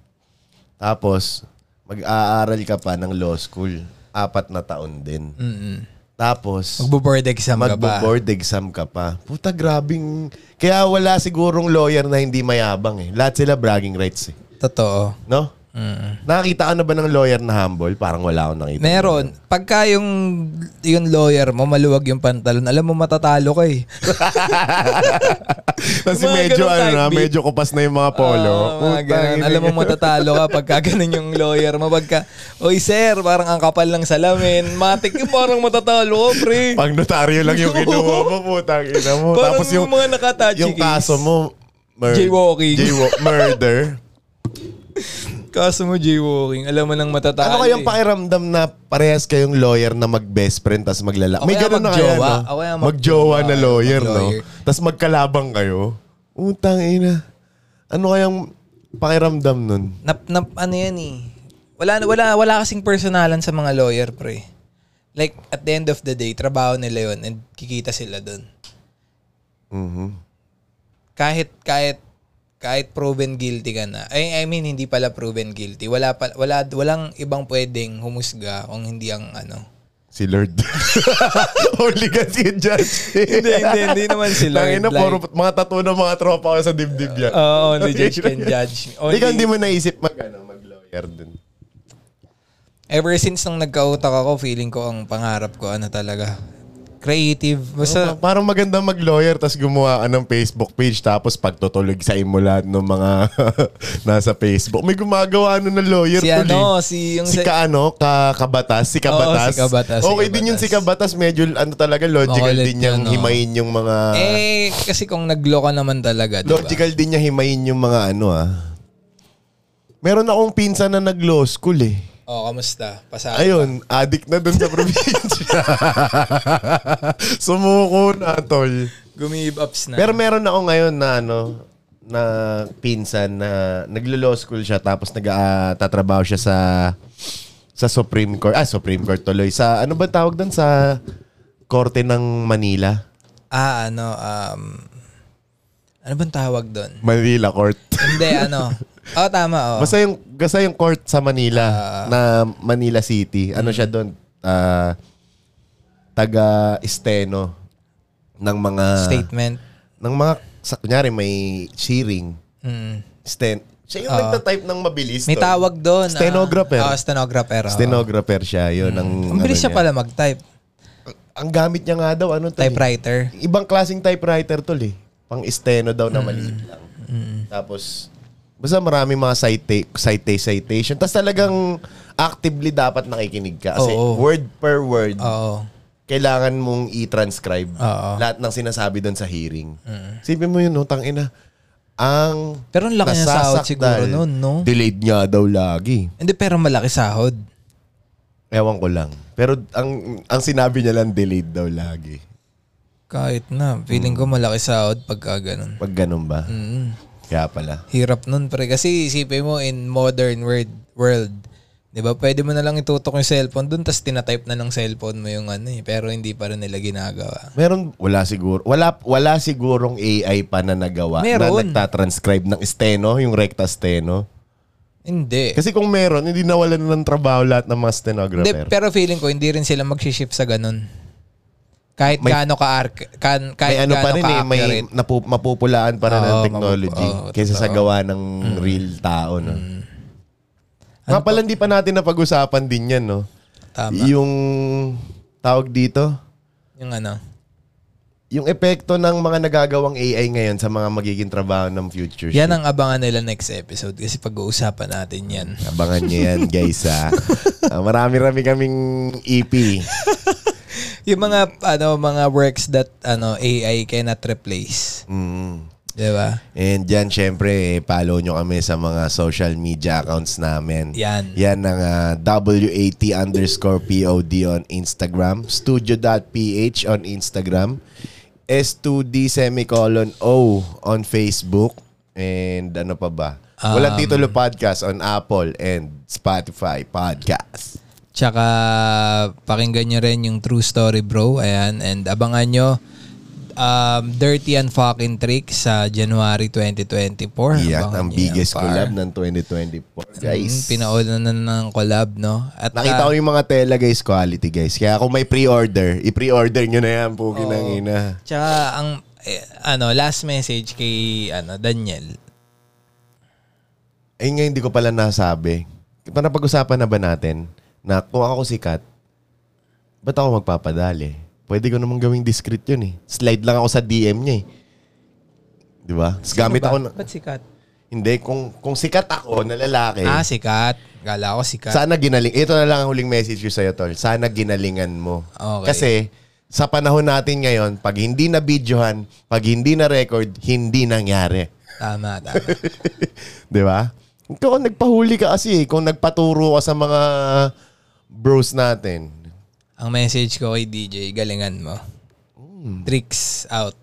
S2: Tapos, mag-aaral ka pa ng law school apat na taon din.
S1: Mm-mm.
S2: Tapos,
S1: Magbo-board exam ka ba?
S2: magbo-board exam ka pa. Puta, grabing... Kaya wala sigurong lawyer na hindi mayabang eh. Lahat sila bragging rights eh.
S1: Totoo.
S2: No? Nakakita ka na ba ng lawyer na humble? Parang wala akong nakita.
S1: Meron. Pagka yung, yung lawyer mo, maluwag yung pantalon, alam mo matatalo ka eh.
S2: Kasi
S1: Mga
S2: medyo
S1: ganun
S2: ano
S1: type
S2: na,
S1: beat.
S2: medyo kupas na yung mga polo.
S1: Oo, mga
S2: Putang
S1: ganun.
S2: ina.
S1: Alam mo matatalo ka pagka ganun yung lawyer mo. Pagka, oy sir, parang ang kapal ng salamin. Matik yung parang matatalo ka, pre.
S2: Pang notaryo lang yung kinuha mo, putang ina mo.
S1: Parang
S2: Tapos yung,
S1: yung mga nakatachi
S2: yung kaso
S1: case.
S2: mo, mur-
S1: Jaywalking.
S2: jaywa- murder.
S1: Kaso mo jaywalking, alam mo nang matatalo
S2: ano kayang
S1: eh.
S2: pakiramdam na parehas kayong lawyer na mag-best friend tas maglala?
S1: O
S2: May
S1: kaya
S2: ganun na kaya,
S1: magjowa.
S2: no?
S1: O kaya Ah,
S2: magjowa na lawyer,
S1: mag-lawyer.
S2: no? Tas magkalabang kayo. Utang ina. Ano kayang pakiramdam nun?
S1: Nap, nap, ano yan eh. Wala, wala, wala kasing personalan sa mga lawyer, pre. Like, at the end of the day, trabaho nila yun and kikita sila dun.
S2: Mhm.
S1: Kahit, kahit, kahit proven guilty ka na. I, I mean, hindi pala proven guilty. Wala, pa, wala, walang ibang pwedeng humusga kung hindi ang ano.
S2: Si Lord. Holy kasi yung judge.
S1: hindi, hindi, hindi naman si Lord.
S2: Tangina,
S1: Like,
S2: puro mga tattoo ng mga tropa ko sa dibdib yan.
S1: Oo, only judge can judge. Only,
S2: Hindi ka hindi mo naisip mag, ano, mag-lawyer dun.
S1: ever since nung nagka-utak ako, feeling ko ang pangarap ko, ano talaga, creative. Basta,
S2: Pa- parang maganda mag-lawyer tapos gumawa ka ng Facebook page tapos pagtutulog sa imo lahat ng mga nasa Facebook. May gumagawa ano ng lawyer
S1: si
S2: tol, eh.
S1: ano, si yung sa-
S2: si ka ano, ka, kabatas, si
S1: Oo,
S2: kabatas.
S1: si Kabatas, si
S2: okay din yun si
S1: Kabatas.
S2: kabatas, medyo ano talaga, logical
S1: Makulit
S2: din niyang
S1: yun, oo.
S2: himayin yung mga,
S1: Eh, kasi kung naglo ka naman talaga, di ba?
S2: logical din niya himayin yung mga ano ah. Meron akong pinsan na nag-law school eh.
S1: Oh, kamusta? Pasado.
S2: Ayun, addict na dun sa probinsya. Sumuko na, tol.
S1: Gumib ups na.
S2: Pero meron ako ngayon na ano, na pinsan na naglo-law school siya tapos nag-tatrabaho siya sa sa Supreme Court. Ah, Supreme Court tuloy. Sa ano ba tawag doon sa Korte ng Manila?
S1: ah, ano, um, ano bang tawag doon?
S2: Manila Court.
S1: Hindi, ano. Oh, tama, oh.
S2: Basta yung basta yung court sa Manila
S1: Ah.
S2: na Manila City. Ano siya doon? Ah, taga Esteno ng mga
S1: Statement.
S2: ng mga sa kunyari may shearing.
S1: Mm. Ah.
S2: Sten, siya yung nagta-type ng mabilis.
S1: May
S2: tol.
S1: tawag doon. ah.
S2: Stenographer.
S1: Oo, stenographer. oo.
S2: Stenographer siya, yun. Ang,
S1: Mm. Ang bilis
S2: ano
S1: siya pala mag-type.
S2: niya. Ang gamit niya nga daw, ano to? eh?
S1: Typewriter.
S2: Ibang klaseng typewriter tol eh. Pang esteno daw
S1: Mm.
S2: na maliit lang. Tapos, basta marami mga cita- cita- citation. Tapos talagang actively dapat nakikinig ka. Kasi
S1: Oo.
S2: word per word,
S1: Oo.
S2: kailangan mong i-transcribe
S1: Oo. Mm.
S2: lahat ng sinasabi doon sa hearing. Sipin mo yun, no? Tangina. Ang
S1: Pero ang laki ng sahod
S2: nasasakdal,
S1: siguro nun, no?
S2: Delayed nga daw lagi.
S1: Hindi, pero malaki sahod.
S2: Ewan ko lang. Pero ang ang sinabi niya lang delayed daw lagi.
S1: Kahit na. Feeling ko malaki sahod pagka ganun.
S2: Pag ganun ba?
S1: Mm.
S2: Kaya pala.
S1: Hirap nun, pre. Kasi isipin mo, in modern world, world di ba, pwede mo na lang itutok yung cellphone dun, tapos tinatype na ng cellphone mo yung ano eh. Pero hindi pa rin nila ginagawa.
S2: Meron wala siguro. Wala wala sigurong AI pa na nagawa
S1: Meron.
S2: na nagtatranscribe ng steno, yung recta steno.
S1: Hindi.
S2: Kasi kung meron, hindi nawalan na ng trabaho lahat ng mga
S1: Hindi,
S2: stenographer.
S1: pero feeling ko, hindi rin sila magsiship sa ganun. Kahit
S2: May-
S1: gaano ka arc, kan,
S2: may
S1: kahit
S2: ano pa
S1: gaano
S2: rin
S1: ka
S2: eh, may
S1: accurate.
S2: napu, mapupulaan pa rin ng
S1: Oo,
S2: technology
S1: mapupu- oo, Mm.
S2: kaysa sa gawa ng real tao. No? Nga pala, hindi pa natin napag-usapan din yan, no?
S1: Ano Tama.
S2: Yung tawag dito,
S1: Yung ano.
S2: yung epekto ng mga nagagawang AI ngayon sa mga magiging trabaho ng future.
S1: Yan ang abangan nila next episode kasi pag-uusapan natin yan.
S2: Abangan nyo yan, guys. Ha? Ah, marami-rami kaming E EP.
S1: Yung mga ano mga works that ano AI cannot replace.
S2: Mm.
S1: 'Di ba?
S2: And dyan, syempre, eh, follow nyo kami sa mga social media accounts namin.
S1: Yan.
S2: Yan ang ah, WAT underscore POD on Instagram. Studio.ph on Instagram. S2D semicolon O on Facebook. And ano pa ba? Walang titulo podcast on Apple and Spotify podcast.
S1: Tsaka pakinggan nyo rin yung True Story Bro. Ayan. And abangan nyo um, Dirty and Fucking Trick sa January 2024.
S2: Yan
S1: Abangan
S2: ang
S1: nyo
S2: biggest
S1: par.
S2: collab ng 2024,
S1: Mm,
S2: guys.
S1: pinaulan na ng collab, no? At ah,
S2: Nakita ko yung mga tela, guys. Quality, guys. Kaya kung may pre-order, i-pre-order nyo na yan, pugi ng ina.
S1: Tsaka ang eh, ano, last message kay ano Daniel.
S2: Ayun nga, hindi ko pala nasabi. Panapag-usapan na ba natin na kung ako sikat, ba't ako magpapadali? Pwede ko namang gawing discreet yun eh. Slide lang ako sa DM niya eh. Di ba? Tapos
S1: Ano
S2: Gamit
S1: ba?
S2: ako na...
S1: Ba't sikat?
S2: Hindi, kung, kung sikat ako na lalaki,
S1: Ah, sikat. Kala ko sikat.
S2: Sana ginaling. Ito na lang ang huling message ko sa'yo, Tol. Sana ginalingan mo.
S1: Okay.
S2: Kasi sa panahon natin ngayon, pag hindi na videohan, pag hindi na record, hindi nangyari.
S1: Tama, tama.
S2: Di ba? Ikaw, nagpahuli ka kasi eh. Kung nagpaturo ka sa mga bros natin.
S1: ang
S2: Hmm.
S1: message ko kay DJ, galingan mo. Tricks out.